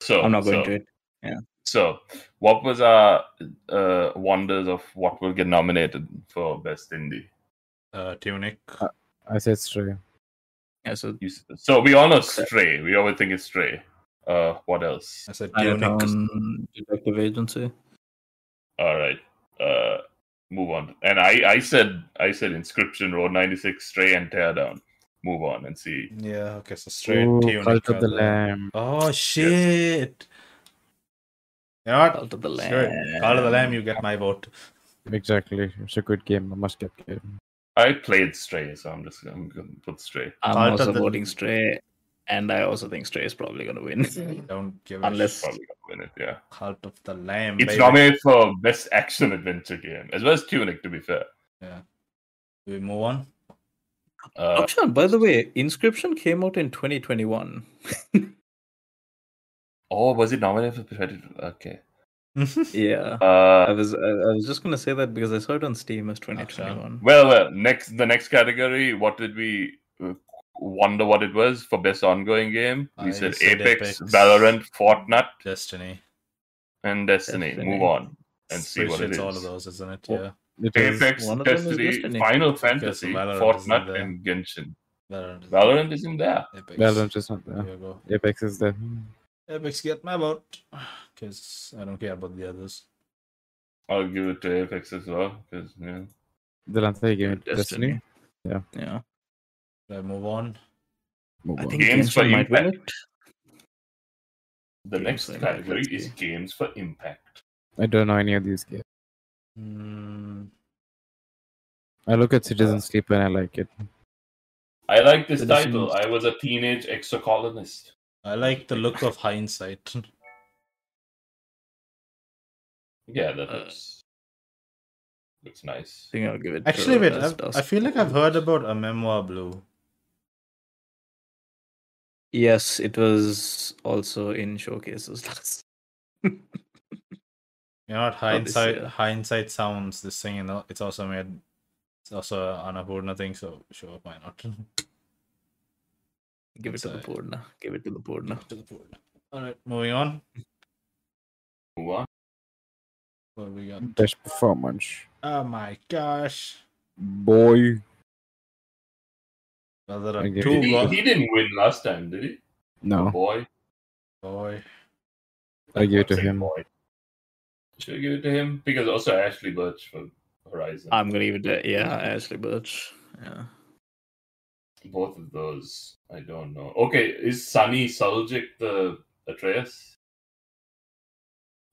A: so
B: I'm not going
A: so,
B: to it.
A: So, what was our uh, wonders of what will get nominated for best indie?
D: Uh, Tunic.
C: Uh, I said stray.
B: Yeah, so
A: You s- So we all know Stray. We always think it's Stray. Uh, what else?
D: I said Tunic.
B: Chinatown Detective Agency.
A: All right. Uh, move on. And I, I said, I said Inscription, Road 96, Stray, and Teardown. Move on and see.
D: Yeah, okay, so straight
C: Ooh,
D: Tunic.
C: Cult of
D: are
C: the
D: the-
C: Lamb.
D: Oh, shit. You know what?
B: Out of the land.
D: Sure. Call of the Lamb, you get my vote.
C: Exactly, it's a good game. A must get game.
A: I played Stray, so I'm just I'm gonna put Stray.
B: I'm
D: Out of
B: also
D: the-
B: voting Stray, and I also think Stray is probably gonna win.
D: Don't give
B: Unless-
D: a shit.
A: Probably gonna win it. Yeah,
D: Cult of the Lamb.
A: it's
D: baby.
A: nominated for best action adventure game as well as Tunic. To be fair,
D: Do we move on?
A: uh,
B: Option. By the way, Inscription came out in 2021.
A: oh, was it nominated for? Okay,
B: Mm-hmm. Yeah.
A: uh,
B: I was I, I was just gonna say that because I saw it on Steam as 2021.
A: Well, well, next the next category, what did we uh, wonder what it was for best ongoing game? We
D: I
A: said,
D: said
A: Apex,
D: Apex.
A: Valorant, Fortnite,
D: Destiny.
A: and Destiny.
B: Destiny.
A: Move on and see
D: Pretty
A: what
D: sure
A: it
D: it's
A: is.
D: all of those, isn't it?
C: Oh.
D: Yeah.
C: It is-
A: Apex,
B: One of them is
A: Destiny,
B: Destiny.
A: Final Fantasy,
D: Valorant isn't
A: Fortnite,
D: there.
A: and Genshin.
D: Valorant. is-
A: Valorant isn't there.
D: Apex.
C: Valorant is not
D: Here
C: there.
D: you go.
C: Apex is there.
D: Apex get my vote. [sighs] Because I don't care about the others.
A: I'll give it to Apex as well because yeah.
C: The Lantha game. Destiny. Yeah.
B: Yeah.
D: Should I move on?
C: Move
B: I
C: on.
B: think
A: Games for
B: Genshin might win
A: Impact. the
B: Games
A: next
B: for Impact,
A: category
B: let's
A: is
B: see.
A: games for impact.
C: I don't know any of these games.
D: Mm,
C: I look at
B: Uh,
C: Citizen Sleep and I like it.
A: I like this
B: So this
A: title.
B: is-
A: I was a teenage exocolonist.
D: I like the look of hindsight. [laughs]
A: Yeah, that
B: Uh,
A: looks looks nice.
B: I think I'll give it. to
D: Actually, wait.
B: Dust-
D: I've,
B: Dust
D: I feel like I've heard about a memoir blue.
B: Yes, it was also in showcases [laughs] last.
D: You know what?
B: this
D: Hindsight.
B: year.
D: Hindsight sounds this thing, and it's also made. It's also an Annapurna thing, so sure, why not? [laughs]
B: Give it to the
D: Sorry.
B: Purna. Give it to the Purna.
D: To the board. All right, moving on.
A: Move on.
D: What we got?
C: Best performance.
D: Oh my gosh!
C: Boy.
D: Well, there are
C: I give
D: two.
C: it-
A: Did he,
D: go-
A: he didn't win last time, did he?
C: No,
A: Boy.
D: Boy,
C: I give it to
A: Say
C: him.
A: Boy. Should I give it to him? Because also Ashley Birch for Horizon.
B: I'm gonna give it to yeah, Ashley Birch. Yeah.
A: Both of those, I don't know. Okay, is Sunny Soljic the Atreus?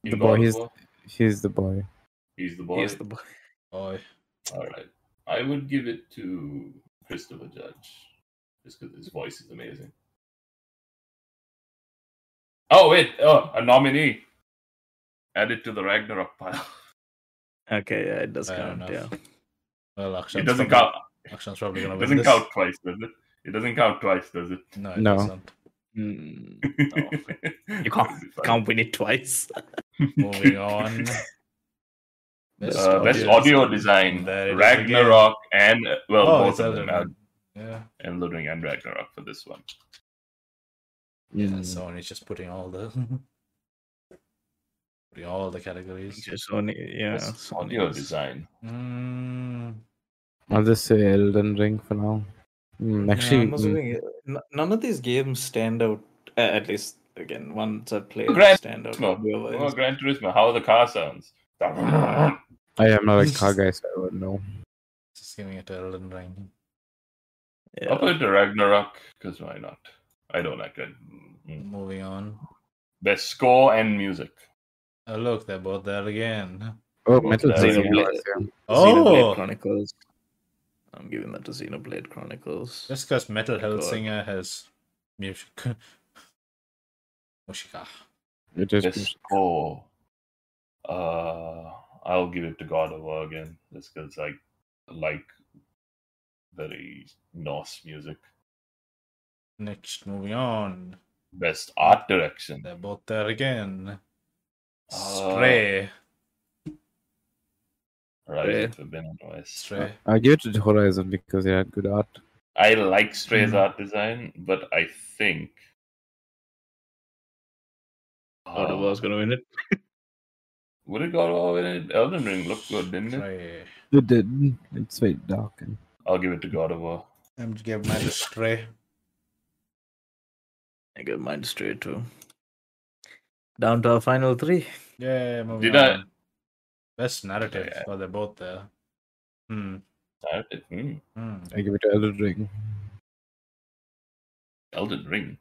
A: In
C: The
A: God
C: boy,
A: of
C: he's-
A: War?
C: He's the boy.
A: he's the boy.
B: He's the boy. [laughs]
D: boy.
A: All right, I would give it to Christopher Judge, just because his voice is amazing. Oh wait, oh a nominee added to the Ragnarok pile.
B: Okay, yeah, it does
D: Fair
B: count.
D: enough.
B: Yeah.
D: Well, Akshan's
A: It doesn't
D: probably,
A: count.
D: Akshan's probably gonna
A: It
D: win
A: doesn't
D: this.
A: count twice, does it? It doesn't count twice, does it?
D: No, it
C: No.
D: doesn't.
B: Mm, no.
A: [laughs] no.
B: You can't can't win it twice.
D: Moving on.
B: Best
A: Uh, best audio design,
D: There it is
A: Ragnarok, and uh, well,
D: Oh,
A: both
D: it's
A: of
D: Elden
A: them,
D: Ring.
A: Elden.
D: Yeah.
A: and Elden Ring and Ragnarok for this one.
D: Yeah,
C: Mm.
D: Sony's just putting all the [laughs] putting all the categories.
B: Just only yeah.
A: Best
B: [laughs] Sony
A: audio
B: is-
A: design.
D: Mm,
C: I'll just say Elden Ring for now. Mm,
B: Yeah,
C: actually,
B: I'm also
C: mm,
B: thinking, n- none of these games stand out. Uh, at least again, ones I've played
A: Gran
B: stand out.
A: Turismo. Oh,
B: audio-wise.
A: Gran Turismo. How the car sounds.
B: [laughs]
C: I am not a car guy, so I don't know.
D: just giving it to Elden Ring.
A: I'll put it to Ragnarok because why not? I don't like it. Mm.
D: Moving on.
A: Best score and music.
D: Oh, look, they're both there again.
C: Oh,
A: Well,
C: Metal
A: that's
C: Gear.
A: even
C: Solid, yeah.
D: Oh!
B: Xenoblade Chronicles. I'm giving that to Xenoblade Chronicles.
D: Just because Metal
A: Oh
D: Health
B: God.
D: Singer has music. [laughs] Mushika.
C: It is.
A: Best score. Uh, I'll give it to God of War again just because I like very Norse music.
D: Next, moving on.
A: Best art direction.
D: They're both there again.
A: Uh,
D: Stray.
A: Rise
B: Yeah.
A: of the Forbidden West.
D: Stray.
C: I give it to Horizon because it had good art.
A: I like Stray's art design, but I think.
B: God of War's
A: Uh,
B: gonna win it.
A: Would it God of War win it? Elden Ring looked good, didn't it?
D: Stray.
C: It did. It's very dark. And...
A: I'll give it to God of War.
D: I'm to
A: [laughs]
D: give mine to Stray.
B: I give mine straight to. Down to our final three.
D: Yeah, moving
A: Did I-
D: on. Best narrative. Well, they're both there. Hmm.
A: Uh, it- hmm,
D: hmm.
C: I give it to Elden Ring.
A: Elden Ring.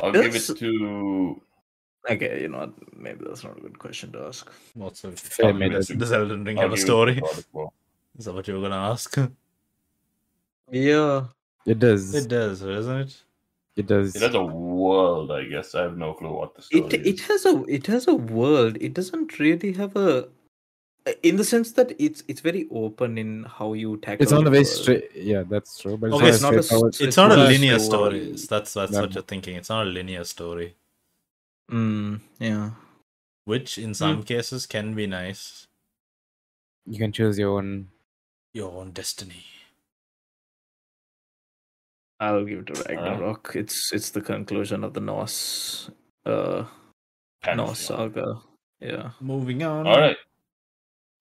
A: I'll
B: Yes.
A: give it to.
B: Okay, you know what? Maybe that's not a good question to ask.
D: What's the
C: Fair
A: made
D: does,
A: it.
D: does Elden Ring
A: I'll
D: have a
A: give it to
D: story?
A: God of War.
D: Is that what you were
A: [laughs]
D: gonna ask?
B: Yeah.
C: It does.
D: It
C: It,
D: does, doesn't it?
C: does.
A: It has a world, I guess. I have no clue what the story
B: It
A: is.
B: it has a it has a world. It doesn't really have a in the sense that it's it's very open in how you tackle.
C: It's not
B: the
C: a very
B: world.
C: straight. Yeah, that's true. But
D: Okay,
C: it's not a straightforward.
B: s-
D: It's, not a
B: not a
D: linear
B: story.
D: story. That's that's
C: No.
D: what you're thinking. It's not a linear story,
B: Mm, yeah.
D: which in some cases can be nice.
C: You can choose your own.
D: Your own destiny.
B: I'll give it to
D: Uh,
B: Ragnarok. It's it's the conclusion of the Norse uh Norse
A: Pantheon.
B: saga. Yeah.
D: Moving on.
A: All right.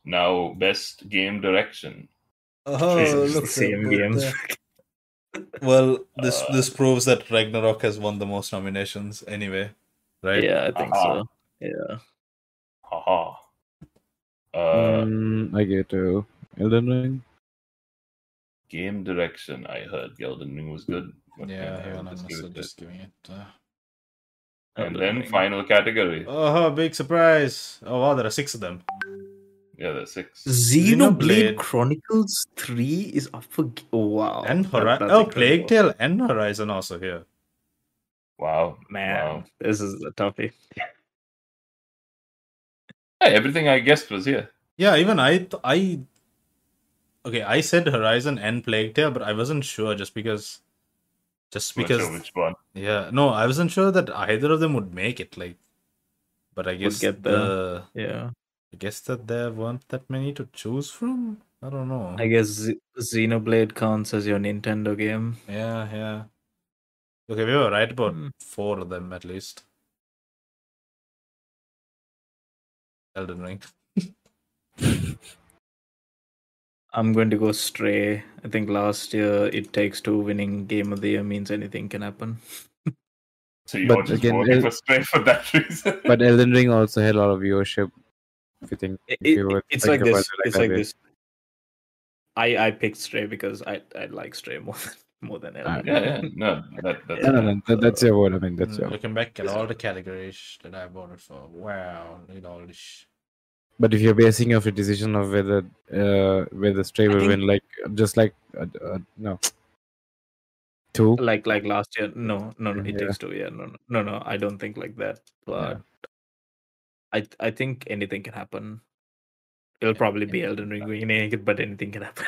A: Now, best game direction.
D: Oh,
A: Jesus,
D: look,
B: same
D: they're both
B: games.
D: there. Well, this
A: Uh,
D: this proves that Ragnarok has won the most nominations anyway, right? Uh-huh.
B: Yeah, I think
A: Aha.
B: so. Yeah.
A: Haha. Uh,
C: Mm, I give it to Elden Ring.
A: Game direction. I heard Elden Ring was good. but
D: Yeah,
A: I
D: hang
A: will
D: on, I'm
A: just give
D: also
A: it
D: just giving it. Uh...
A: that. And
B: Elden
A: then
B: Ring.
A: final category.
D: Oh, big surprise! Oh wow, there are six of them.
A: Yeah, there's six.
D: Xenoblade.
B: Xenoblade Chronicles 3 is up for g- wow.
D: and
B: that-
D: Horizon.
B: that's
D: Oh,
B: incredible.
D: Plague Tale and Horizon also here.
A: Wow.
B: Man,
A: Wow.
B: this is a toughie.
A: Hey, everything I guessed was here.
D: Yeah, even I, th- I. Okay, I said Horizon and Plague Tale, but I wasn't sure just because, just
A: Not sure
D: because.
A: which one?
D: Yeah, no, I wasn't sure that either of them would make it. Like, but I guess
B: get there.
D: the,
B: Yeah.
D: I guess that there weren't that many to choose from. I don't know.
B: I guess Z- Xenoblade counts as your Nintendo game.
D: Yeah, yeah. Okay, we were right about
B: Hmm.
D: four of them at least. Elden Ring.
B: I'm going to go stray. I think last year it takes two winning game of the year means anything can happen.
A: So you
C: But
A: all just
C: again,
A: voted
C: it-
A: for straight for that [laughs] reason.
C: But Elden Ring also had a lot of viewership. If you think
B: It-
C: If
B: it-
C: you would
B: it's like
C: think about
B: this.
C: it like
B: it's
C: that
B: like
C: way.
B: this. I I picked stray because I I like stray more than [laughs] more than
C: Ah,
B: Elden.
A: yeah, yeah. No, that, that's
C: No, no, no. That, that's your word. I mean, that's
D: Mm,
C: your.
D: Looking back at all the categories that I voted for, wow, it all is.
C: But if you're basing your decision of whether uh, whether Stray will win, like just like uh, uh, no two,
B: Like like last year. No, no, no. It
C: Yeah.
B: takes two. Yeah, no, no, no, no. I don't think like that. But I I think anything can happen. It'll probably be Elden Ring winning it, but anything can happen.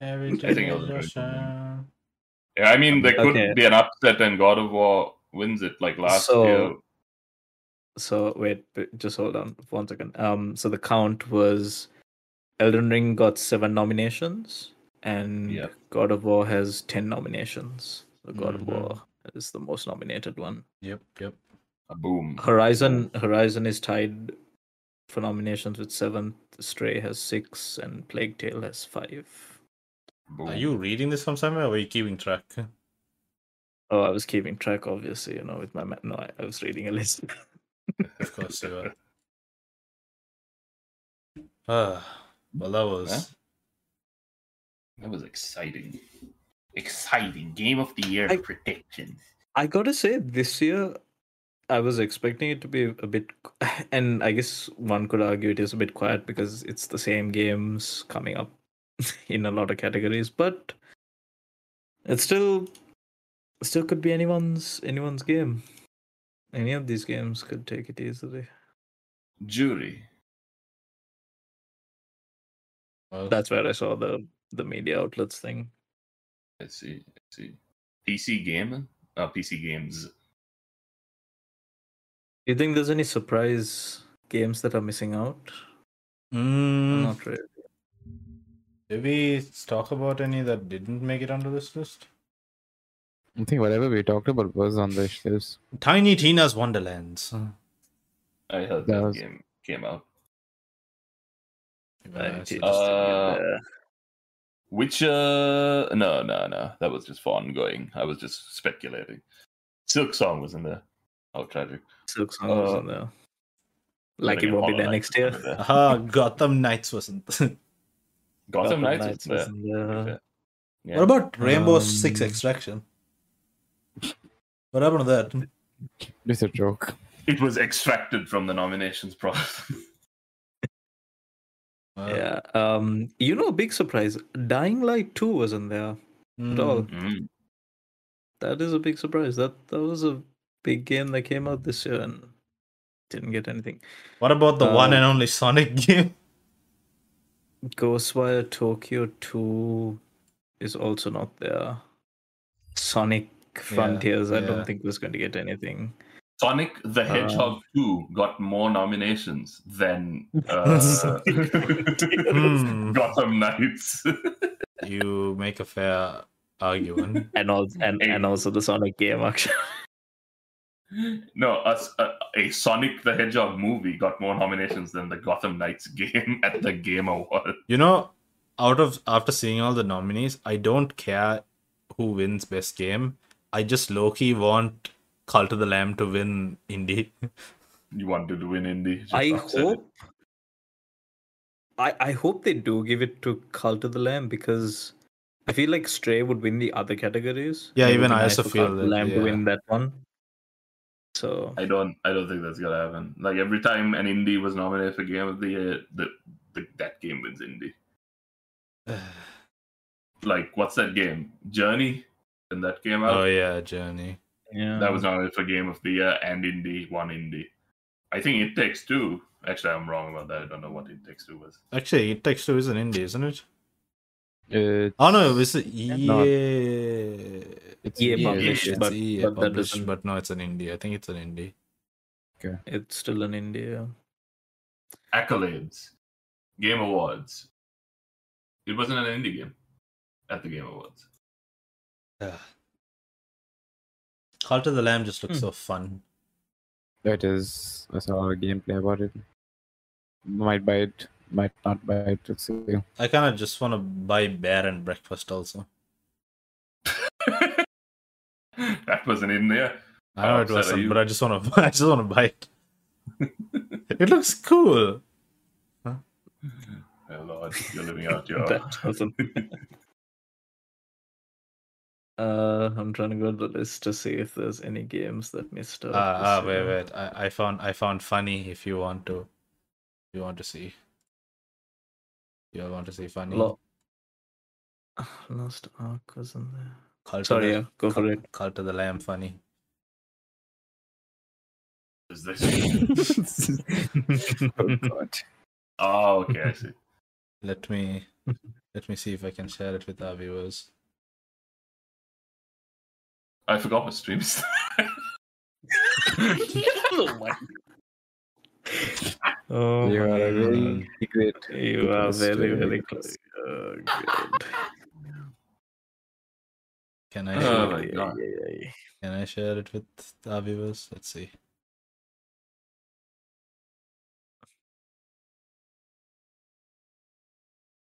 A: I think Elden Ring. Yeah, I mean, there could
B: Okay.
A: be an upset and God of War wins it like last
B: So-
A: year.
B: So wait, b- just hold on for one second. Um, so the count was, Elden Ring got seven nominations, and
A: Yeah.
B: God of War has ten nominations. So God
D: Mhm.
B: of War is the most nominated one.
D: Yep, yep.
A: A boom.
B: Horizon Horizon is tied for nominations with seven. Stray has six, and Plague Tale has five.
A: boom.
D: Are you reading this from somewhere or are you keeping track?
B: Oh, I was keeping track, obviously, you know, with my ma- no, I, I was reading a list.
D: Of course you are. Ah, well, that was.
A: That was exciting. exciting game of the year
B: I-
A: predictions.
B: I gotta say, this year I was expecting it to be a bit, [laughs] and I guess one could argue it is a bit quiet because it's the same games coming up [laughs] in a lot of categories, but it still still could be anyone's anyone's game. Any of these games could take it easily.
A: Jury.
D: Well,
B: That's where I saw the the media outlets thing.
A: Let's see. Let's see. PC Gamer? Uh, PC Games.
B: Do you think there's any surprise games that are missing out?
D: Mm,
B: Not really.
D: Did we talk about any that didn't make it onto this list?
C: I think whatever we talked about was on the shelves.
D: Tiny Tina's Wonderlands.
A: I heard
C: That
A: that,
C: was-
A: game came out.
B: Uh,
D: Nice.
B: it's just-
A: Uh, Witcher. uh, No, no, no. That was just for ongoing. I was just speculating. Silk Song was in there. How tragic.
B: Silk Song was
A: uh,
B: in there. Like
A: Then
B: it
A: again,
B: won't
A: Hollow
B: be there
A: Knight
B: next
A: was
B: year.
A: in there.
B: [laughs]
D: Aha, Gotham Knights wasn't.
A: Gotham Knights was
B: Knights
A: in there.
B: was in there.
A: Yeah. Yeah.
D: [laughs] What about Rainbow Six
B: Um,
D: Extraction? What happened to that?
C: It's a joke.
A: It was extracted from the nominations process. [laughs]
B: Yeah. Um. You know, big surprise. Dying Light Two wasn't there at all.
D: Mm.
A: Mm.
B: That is a big surprise. That that was a big game that came out this year and didn't get anything.
D: What about the one
B: Uh,
D: and only Sonic [laughs] game?
B: Ghostwire Tokyo Two is also not there. Sonic Frontiers. I
D: yeah.
B: don't think was going to get anything.
A: Sonic the
B: Uh.
A: Hedgehog 2 got more nominations than uh,
D: Hmm.
A: Gotham Knights. [laughs]
D: You make a fair argument.
B: And also, and, and also the Sonic game actually.
A: no, a, a, a Sonic the Hedgehog movie got more nominations than the Gotham Knights [laughs] game at the Game Award.
D: You know, out of after seeing all the nominees, I don't care who wins best game. I just low key want Call to the Lamb to win
B: [sighs]
D: indie.
A: You wanted to win indie. just
B: I
A: upset it.
B: hope I, I hope they do give it to Cult of the Lamb because I feel like Stray would win the other categories.
D: Yeah,
B: and it
D: even
B: would be
D: I also
B: for
D: feel
B: Cult of the
D: that,
B: Lamb
D: yeah.
B: to win that one. So
A: I don't. I don't think that's gonna happen. Like every time an indie was nominated for Game of the Year, the, the that game wins indie. Like what's that game? Journey, and that came out.
D: oh yeah, Journey.
B: yeah,
D: Um,
A: That was nominated for Game of the Year and Indie, one Indie. I think It Takes Two. Actually, I'm wrong about that. I don't know what It Takes Two was.
D: Actually, it takes two is an indie, isn't it?
C: It,
D: Oh no, it's
C: No.
D: EA.
C: it's E
B: EA
C: EA,
B: published,
D: it's
B: but-
D: EA
B: but that
D: published,
B: doesn't-
D: but no, it's an indie. I think it's an
B: [sighs]
D: indie.
B: um, it's still in India.
A: Accolades, Game Awards. It wasn't an indie game at the Game Awards. [laughs]
D: Yeah. Call to the Lamb just looks
B: Hmm.
D: so fun.
C: It is. I saw a gameplay about it. Might buy it. Might not buy it. Let's
B: [laughs]
C: see.
D: I kind of just want to buy Bear and Breakfast also.
A: that wasn't in there.
D: I know
A: How
D: it
A: upset are
D: wasn't,
A: you?
D: but I just want to. [laughs] I just want to buy it. it looks cool.
A: Oh, Lord, you're living out
D: [laughs]
A: your.
B: [laughs] That wasn't. Uh, I'm trying to go to the list to see if there's any games that missed out.
D: Ah, ah,
B: this
D: wait,
B: year.
D: wait. I, I found, I found funny. If you want to, you want to see. You all want to see funny.
B: Lo- [sighs] Lost Ark wasn't there.
D: Call to
B: Sorry,
D: the-
B: yeah, go for it.
D: Call to the Lamb funny.
A: Is this? [laughs]
C: oh god.
A: Oh, okay, I see.
B: [laughs]
D: Let me let me see if I can share it with our viewers.
A: I forgot what streams.
B: oh
C: you
B: my
C: are a
B: God.
C: very great.
B: You are
C: Close to
B: very,
C: it.
B: very close. Oh, God.
D: Can I
A: Oh
D: share,
A: my God.
B: Ay, ay, ay.
D: can I share it with our viewers? Let's see.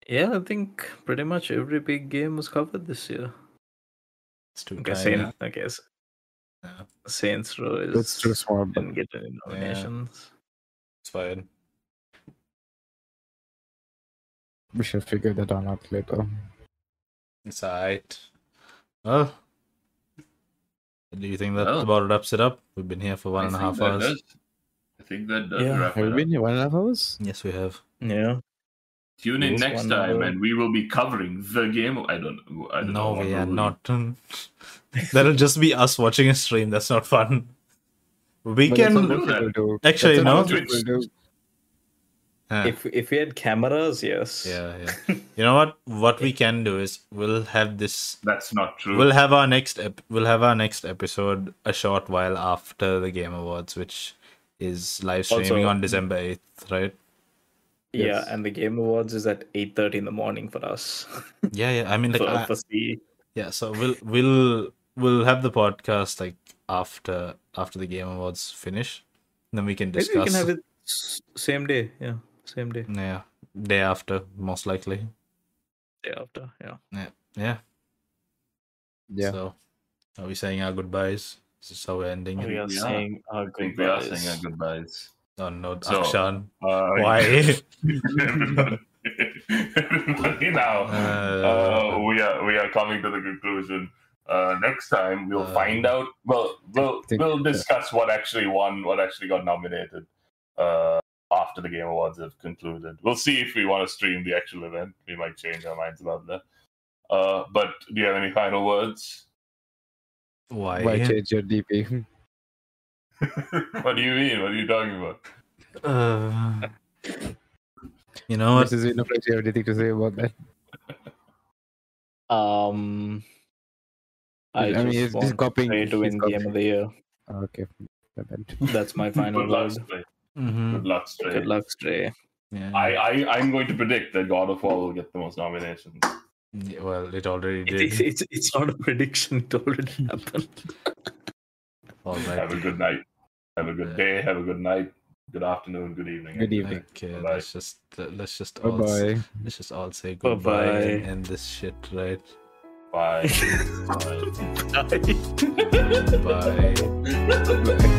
B: Yeah, I think pretty much every big game was covered this year.
D: It's too
B: Okay,
D: tiny.
B: Saint, I guess.
D: Yeah.
B: Saints Row is
C: It's too small. But
B: didn't get any nominations.
D: It's fine.
C: we should figure that one out later.
D: It's alright. Well, do you think that
A: Well.
D: about wraps it up? We've been here for one and a
A: Oh. I think
D: half
A: that
D: hours.
A: does- I think that does
B: Yeah,
A: wrap
C: Have
A: it
C: we
A: up.
C: been here one and a half hours?
D: Yes, we have.
B: Yeah.
A: Tune in
B: Yes,
A: next
B: one
A: time,
B: hour.
A: and we will be covering the game. I don't. I don't know.
D: No,
A: what
D: we
A: we
D: are
A: will-
D: not. [laughs]
A: [laughs]
D: That'll just be us watching a stream. That's not fun. We
C: But that's
D: can.
C: what most
A: that.
C: people do.
D: Actually,
C: That's what
D: no.
C: most people do.
D: Huh.
B: If if we had cameras, yes.
D: Ah, Yeah, yeah. You know what? What we can do is we'll have this.
A: That's not true.
D: We'll have our next. Ep- we'll have our next episode a short while after the Game Awards, which is live streaming
B: Also-
D: on December eighth, right?
B: Yeah,
C: Yes.
B: and the Game Awards is at eight thirty in the morning for us.
D: Yeah, yeah. I mean,
B: [laughs]
D: like,
B: for,
D: I-
B: for C.
D: yeah. So we'll we'll we'll have the podcast like after after the Game Awards finish, then we can discuss.
B: Maybe we can have it s- same day. Yeah, same day.
D: Yeah, day after, most likely.
B: Day after. Yeah.
D: Yeah.
C: Yeah.
D: So, are we saying our goodbyes? Is this how we're ending it?
A: yeah. are. saying
B: our
A: I think we are saying our goodbyes.
D: Oh no,
A: So-
D: Akshan.
A: Uh,
D: [laughs]
A: [laughs]
D: Why?
A: everybody, everybody now.
D: Uh,
A: uh, we are we are coming to the conclusion. Uh, next time we'll
D: Uh,
A: find out. Well, we'll
C: think-
A: we'll discuss what actually won, what actually got nominated uh, after the Game Awards have concluded. We'll see if we want to stream the actual event. We might change our minds about that. Uh, but do you have any final words? [laughs]
D: why?
C: Why change your [laughs] DP?
A: what do you mean? What are you talking about?
D: Uh, you know what?
C: Mrs. Winifred, you have anything to say about that?
B: Um, I,
C: I mean,
B: just
C: he's- he's
B: want
C: copying-
B: Prey to
C: he's
B: win Game of the Year.
C: Okay. my bad.
B: That's my final
A: Good luck,
B: word.
A: Stray.
D: Mhm.
A: Good luck, Stray.
B: Good luck, Stray.
D: Yeah.
A: I, I I'm going to predict that God of War will get the most nominations.
D: Yeah, well, it already
B: It's,
D: did.
B: it's, it's not a prediction. It already [laughs] happened.
D: All
A: Have a
D: right.
A: good night. Have a good day. Have a good night. Good afternoon. Good evening.
C: Good evening.
D: Okay,
A: Bye-bye.
D: uh, let's just let's just
C: Bye
D: all s-
C: bye.
D: let's just all say
B: Bye-bye.
D: goodbye and end this shit, right?
A: [laughs] Bye. Bye.
D: Bye.
C: Bye.